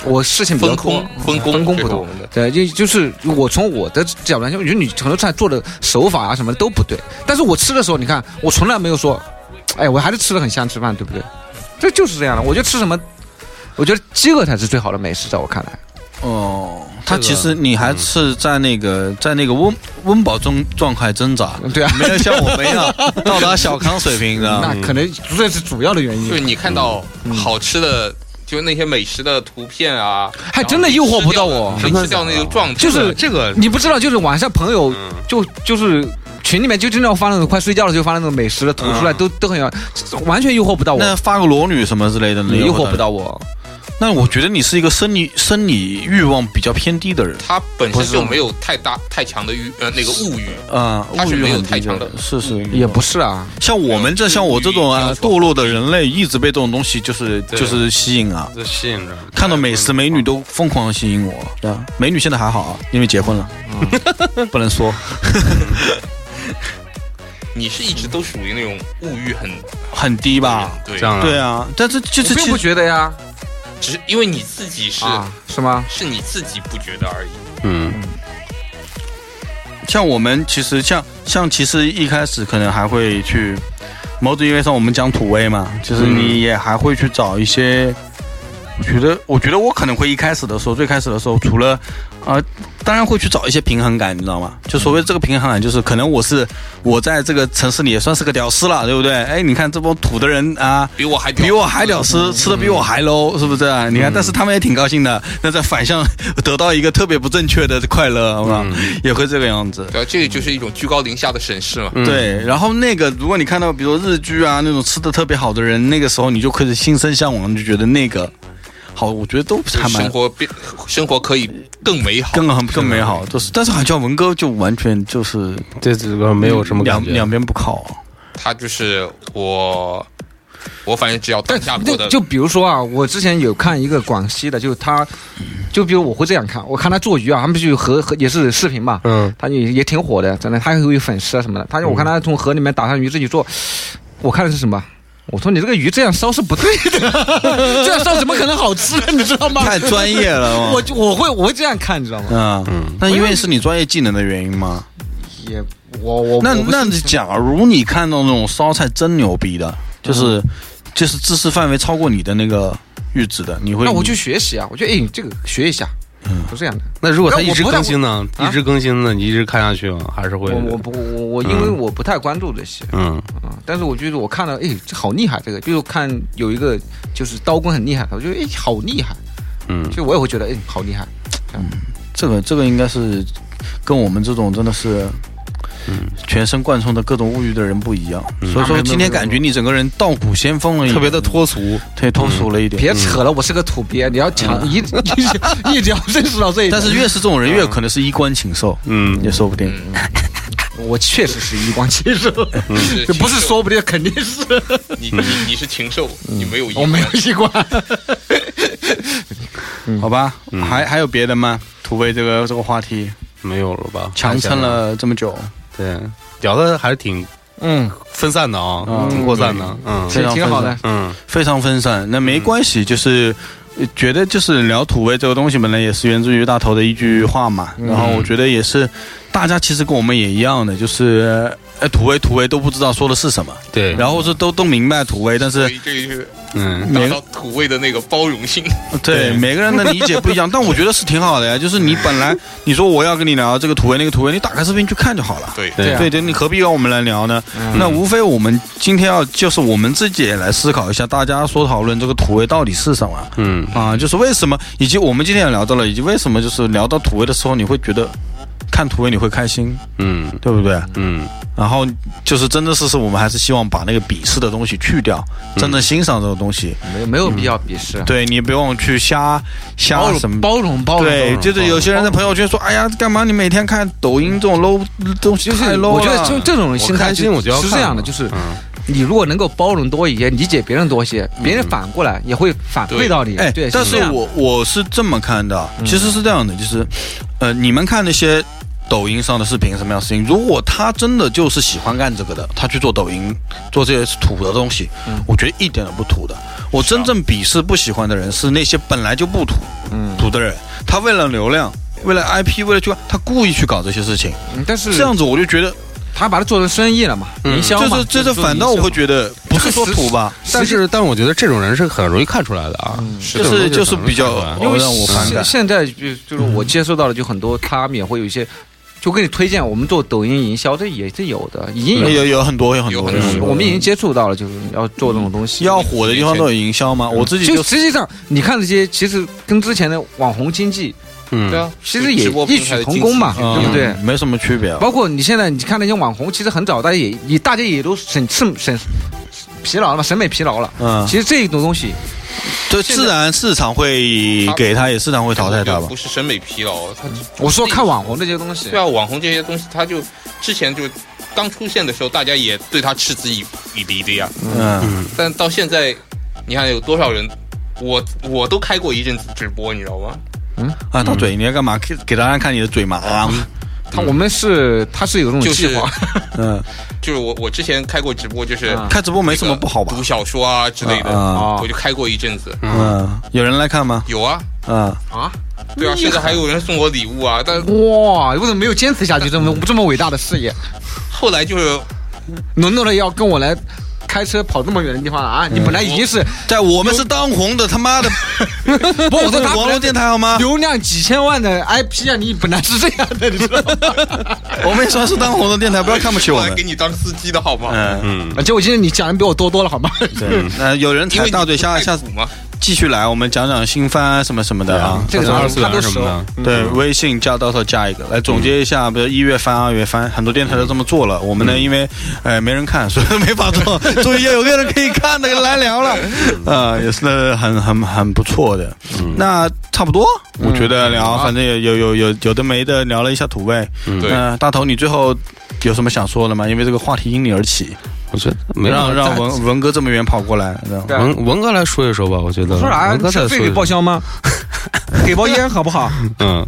我事情比较分多嗯工，分工分工不这是多我们的。对，就就是我从我的角度来讲，我觉得你很多菜做的手法啊什么的都不对。但是我吃的时候，你看我从来没有说，哎，我还是吃的很香，吃饭对不对？这就是这样的。我觉得吃什么，我觉得饥饿才是最好的美食，在我看来。哦，他其实你还是在那个在那个温温饱中状态挣扎， 对啊， 没有像我们一 样到达小康水平的。那可能这是主要的原就是因，你看到好吃的，就那些美食的图片啊，还真的诱惑不到我然后你吃掉的没吃掉那个状态，就是这个你不知道，就是晚上朋友就就是群里面就经常发那种快睡觉了就发那种美食的图出来，都都很有，完全诱惑不到那我，发个裸女什么之类的，你诱惑得不到。我。那我觉得你是一个生理生理欲望比较偏低的人它本身就没有太大太强的欲呃那个物欲，啊，他物是欲没有很低太强的是是也不是啊，嗯像我们这像我这种没啊有堕落的人类，一直被这种东西就是就是吸引啊。这吸引着，看到美食美女都疯狂地吸引我，对啊，美女现在还好啊，因为结婚了， 不能说你是一直都属于那种物欲很很低吧？对这，样啊对啊，但是就我是并其不实觉得呀，只是因为你自己是啊，是吗？是你自己不觉得而已。嗯像我们其实像像其实一开始可能还会去某种意义上我们讲土味嘛，就是你也还会去找一些。我觉得，我觉得我可能会一开始的时候，最开始的时候，除了，呃，当然会去找一些平衡感，你知道吗？就所谓这个平衡感，就是可能我是我在这个城市里也算是个屌丝了，对不对？哎，你看这帮土的人啊，比我还比我还屌丝，吃的比我还 low，是不是、啊？你看，但是他们也挺高兴的，那在反向得到一个特别不正确的快乐，好吧？也会这个样子。对啊，这个就是一种居高临下的审视嘛。对，然后那个，如果你看到比如说日剧啊那种吃的特别好的人，那个时候你就开始心生向往，就觉得那个好，我觉得都就还是蛮生活变，生活可以更美好。更很更美好，就是，但是好像文哥就完全就是嗯这这个没有什么两感觉。两边不靠、他就是我，我反正只要当下过就的，就比如说啊，我之前有看一个广西的，就是他，就比如我会这样看，我看他做鱼啊，他们不是有河河也是视频嘛，嗯，他也也挺火的，真的，他也有粉丝啊什么的，他就我看他从河里面打上鱼自己做，我看的是什么？我说你这个鱼这样烧是不对的， 这样烧怎么可能好吃呢？你知道吗？太专业了哦 嘛我就我会我会这样看，你知道吗？嗯嗯，那因为是你专业技能的原因吗？也我我那我不是那你假如你看到那种烧菜真牛逼的，就是、嗯就是知识范围超过你的那个阈值的，你会那我去学习啊，我觉得哎，你这个学一下，嗯，不是这样的。那如果它一直那我不太更新呢？啊一直更新呢？你一直看下去吗？还是会？我我不我我因为我不太关注这些嗯啊、但是我觉得我看了，哎，这好厉害，这个就是看有一个就是刀工很厉害，我觉得哎好厉害，嗯所以我也会觉得哎好厉害，这个这个应该是跟我们这种真的是。嗯全身贯通的各种物欲的人不一样，所以说今天感觉你整个人道骨先锋了一点，特别的脱俗。对脱俗了一嗯点。嗯别扯了，我是个土鳖，你要强一一一定要认识到这一点，嗯但是越是这种人，越可能是衣冠禽兽，嗯也说不定。我确实是一光禽兽，是这不是禽兽说不定，肯定是。你你你是禽兽，你没有 一嗯我没有一光，嗯好吧？还还有别的吗？土味这个这个话题没有了吧？强撑了这么久，嗯对，聊的还是挺嗯，分散的啊、嗯挺扩散的，嗯非常挺好的。嗯，非常分散，那没关系，就是。呃觉得就是聊土味这个东西，本来也是源自于大头的一句话嘛。嗯然后我觉得也是，大家其实跟我们也一样的，就是呃土味土味都不知道说的是什么，对，然后是都都明白土味，但是所以这就是嗯，达到土味的那个包容性。嗯对每个人的理解不一 样。但我觉得是挺好的呀，就是你本来你说我要跟你聊这个土味那个土味，你打开视频去看就好了。对，对啊嗯对对，你何必让我们来聊呢？那无非我们今天要就是我们自己也来思考一下，大家所讨论这个土味到底是什么。嗯，啊，就是为什么，以及我们今天也聊到了，以及为什么就是聊到土味的时候，你会觉得看土味你会开心，嗯，对不对？嗯，然后就是真真实实，我们还是希望把那个鄙视的东西去掉，真嗯正欣赏这种东西。没有没有必要鄙视，对你不用去瞎包瞎嗯啊什容么。包容包容。对，就是有些人在朋友圈说：“哎呀，干嘛你每天看抖音这种 low 东西就是太 low 了。”我觉得就这种心态开心就我就要是这看样的，嘛就是你如果能够包容多一些，理解别人多一些，别人反过来也会反馈到你。哎，对，但这是样嗯我我是这么看的，啊其实是这样的，就是，呃，你们看那些抖音上的视频什么样的事情，如果他真的就是喜欢干这个的，他去做抖音，做这些土的东西，嗯我觉得一点都不土的。我啊真正鄙视不喜欢的人是那些本来就不土，嗯土的人，他为了流量。为了 IP，为了去，他故意去搞这些事情，嗯但是这样子我就觉得，他把它做成生意了嘛，营销这嘛嗯是，这是做反倒我会营销觉得不是说土吧，但是但是我觉得这种人是很容易看出来的啊，这就种东西是就是很容易比较看出来哦让我反现感。嗯现在就就是我接受到了，就很多他们也会有一些，就给你推荐我们做抖音营销，这也是有的，已 经有有有很多有很有多，很很多多我们已经接触到了，就是要做这种东西。要火的地方都有营销吗？我自己就就实际上，你看这些，其实跟之前的网红经济对嗯，啊，其实也直播异平台曲的同工嘛，经济对不对？嗯没什么区别啊。包括你现在你看那些网红，其实很早大家也也大家也都审审审疲劳了嘛，审美疲劳了。嗯其实这种东西，对，自然市场会给他，也市场会淘汰他吧不。是审美疲劳，他我说看网红这些东西对，啊，网红这些东西，他就之前就刚出现的时候，大家也对他嗤之以以鼻的呀。嗯，但到现在，你看有多少人，我我都开过一阵子直播，你知道吗？啊，他嘴你要干嘛？给给大家看你的嘴嘛嗯啊！他我们是他是有这种就是计划，嗯，就是我我之前开过直播，就是啊开直播没什么不好吧读？小说啊之类的，啊啊我就开过一阵子。嗯，有人来看吗？有啊， 啊，对啊，甚至还有人送我礼物啊，但哇，为什么没有坚持下去这 么这么伟大的事业？后来就是浓浓的要跟我来开车跑这么远的地方了嗯啊！你本来已经是在我们是当红的，他 妈的，不，我说他 网络电台好吗？流量几千万的 IP 啊，你本来是这样的，你知道吗？ 我们也算是当红的电台，不要看不起我后来们给。你当司机的好吗？嗯，嗯，啊结果今天你讲的比我多多了，好吗？对，那有人因为踩你大嘴，下不太下苦次嘛，继续来，我们讲讲新番啊什么什么的啊。这个二次他都元什熟么。的，对，微信加到时候加一个，来总结一嗯下，比如一月番、二月番，很多电台都这么做了。我们呢，因为呃没人看，所以没法做。 终于有个人可以看的来聊了，嗯呃，也是呢很很很不错的。那差不多，嗯我觉得聊，反正有有有有有的没的聊了一下土味。嗯对那大头，你最后有什么想说的吗？因为这个话题因你而起，我觉得没有让让文文哥这么远跑过来，然后对文文哥来说一说吧，我觉得说啥文哥？再非给说一报说，销 吗？给包烟好不好？嗯，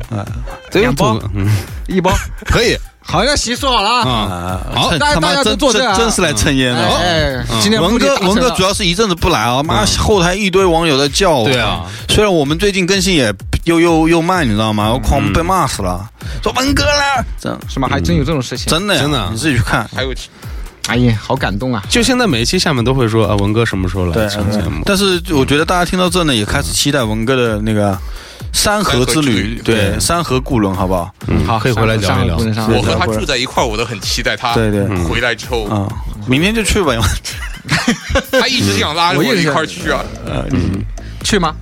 对两包嗯，一 包。可以好，像席说好了啊。啊，啊，好趁大家他大妈家都真坐这真啊真是来蹭烟的。哎，今天嗯哦文目的哥，达成了文哥主要是一阵子不来啊，妈，后台一堆网友在叫我。对啊，虽然我们最近更新也又又又慢，你知道吗？我狂被骂死了，说文哥啦，真是吗？还真有这种事情，嗯真的呀真的啊你自己去看。还有哎呀，好感动啊！就现在每一期下面都会说啊，文哥什么时候来上节目？但是我觉得大家听到这呢，也开始期待文哥的那个山河之山河之旅旅，对，山河故人，好不好？嗯，好，可以回来聊一聊上。上上我和他住在一块儿，我都很期待他对对回来之后，啊，明天就去吧，他一直想拉着我我也是一块儿去啊，去吗？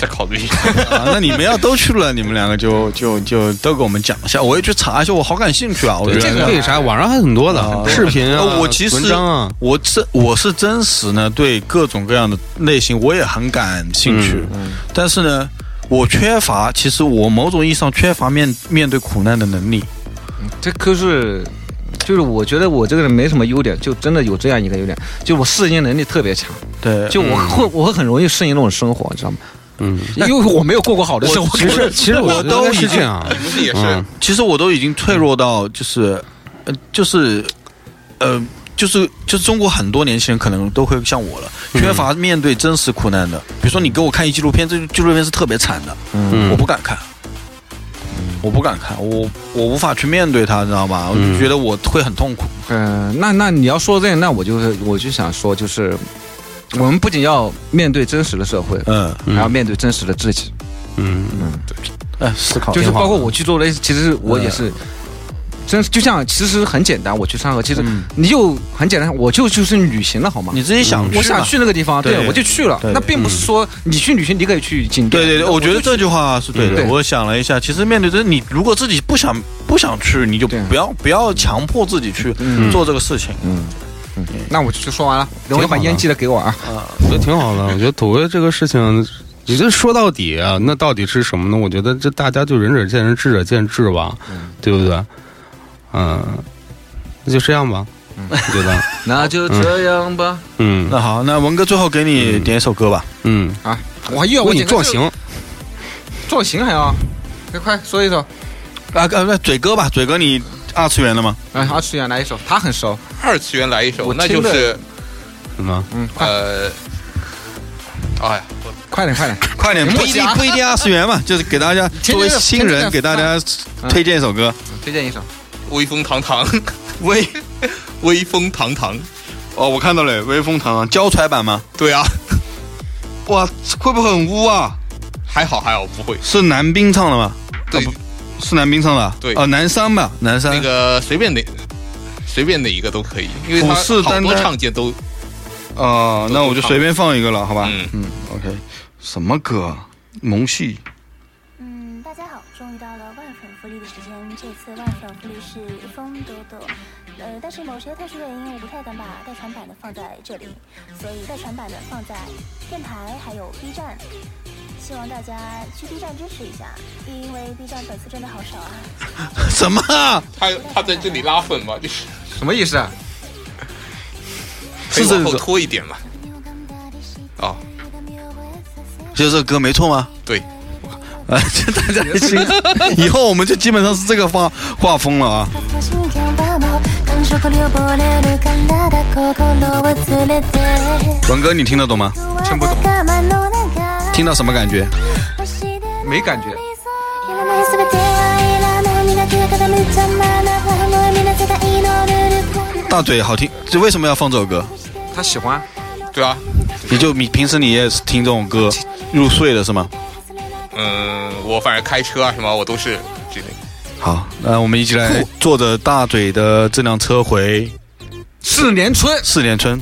再考虑一下。啊，那你们要都去了，你们两个就就就都给我们讲一下，我也去查一下，我好感兴趣啊，我对觉得这个可以查，网上还很多的视频啊，呃我其实文章啊，我这我是真实呢，对各种各样的类型我也很感兴趣，嗯但是呢，我缺乏，其实我某种意义上缺乏面面对苦难的能力。这可是就是我觉得我这个人没什么优点，就真的有这样一个优点，就我适应能力特别强，对，就我会我会很容易适应那种生活，你知道吗？嗯，因为我没有过过好的生活，其 实其实我觉得应该是这样，你 不是也是嗯其实我都已经脆弱到就是，呃，就是，呃，就是就是中国很多年轻人可能都会像我了，嗯缺乏面对真实苦难的。比如说你给我看一纪录片，这纪录片是特别惨的，嗯我不敢看。我不敢看，我我无法去面对它，你知道吗？我就觉得我会很痛苦。嗯，那那你要说这，那我就是我就想说，就是我们不仅要面对真实的社会，嗯，还要面对真实的自己，嗯哎，思考就是挺好包括我去做的，其实我也是。嗯真是就像，其实很简单。我去上河，其实嗯你就很简单，我就就是旅行了，好吗？你自己想去嘛，我想去那个地方，对嗯对我就去了对。那并不是说你去旅行，你可以去景点。对对对，那我觉得就这句话是对嗯的。对我想了一下，其实面对这，你如果自己不想不想去，你就对不要不要强迫自己去嗯做这个事情。那我就说完了，等会把烟记得给我啊。我觉得挺好的。我觉得土味这个事情，你这说到底啊，那到底是什么呢？我觉得这大家就仁者见仁，智者见智吧，对不对？嗯，那就这样吧，我觉得， 那就这样吧。嗯嗯 那好，那文哥最后给你点一首歌吧。嗯，啊，我还以为为我你剪个壮行，造型还要，快快说一首。啊，啊那嘴哥吧，嘴哥你二次元的吗？哎，二次元来一首，他很熟。二次元来一首我，那听就着是什么？嗯，快呃，哎呀，快点快 点。快点，哎不一定啊不一定二次元 嘛，就是给大家天天作为在新天天人在给大家嗯推荐一首歌。推荐一首。威风堂堂， 威威风堂堂，哦，我看到了，威风堂堂胶揣版吗？对啊，哇，会不会很污啊？还好还好，不会。是男兵唱的吗？对啊，不是男兵唱的啊。对哦，男三吧，男三那。个随便哪随便哪一个都可以，因为虎他视好眈多眈唱见都哦、那我就随便放一个了，好吧？嗯嗯，OK。什么歌？啊萌系。嗯，大家好，终于到了万粉福利的时间。这次万粉福利是风朵朵，呃，但是某些特殊原因，我不太敢把代传版的放在这里，所以代传版的放在电台还有 B 站。希望大家去 B 站支持一下，因为 B 站粉丝真的好少啊。 什么？啊他他在这里拉粉嘛， 就是什么意思啊？可以往后拖一点嘛。哦，就是这歌没错吗？对，啊，这大家心， 以后我们就基本上是这个画画风了啊。文哥，你听得懂吗？听不懂，听到什么感觉？没感觉。大嘴好听，这为什么要放这首歌？他喜欢。对啊，你就你平时你也是听这种歌入睡的是吗？嗯，我反正开车啊什么，我都是这类。好，那我们一起来坐着大嘴的这辆车回四年春，四连村。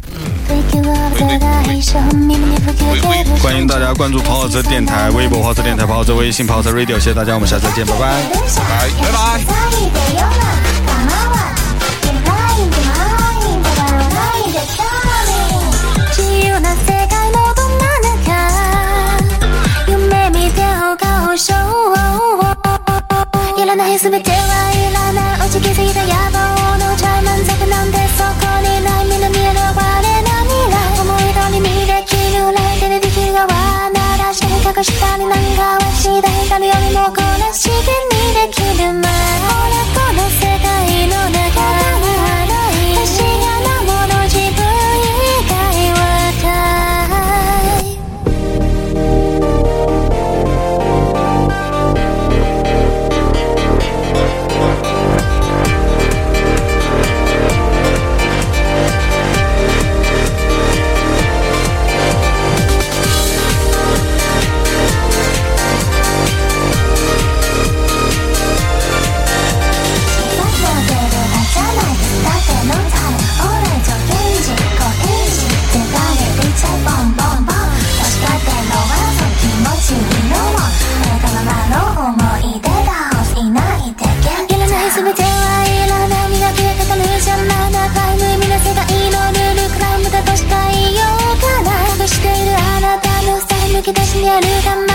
关欢迎大家关注跑跑车电台微博、跑跑车电台、跑跑车微信、跑跑车 Radio，谢谢大家，我们下次再见，拜拜。拜拜。自由な世界のどんな中夢見てお顔をしよういらない全てはいらない打ち消すぎた野望の茶満足なんてそこにない目の見える我の未来思い通り未来切る来手でできる側ならして隠したりなんかはしたい誰よりもこなしてにできるま俺この世界の中ない確かなもの自分以外はない「バカでるはじゃない」「だってのたオーライとゲンジ」「こういいし」「手がれびちゃボンボンボン」「確かってのはと気持ちいいのも」「わがままの思い出だいないで元気」「いらないすべてはいらない」「磨き方のじゃまだかい無意味な世界のルールから無駄としたいようかな」「隠しているあなたのスタイル抜け出しにあるがま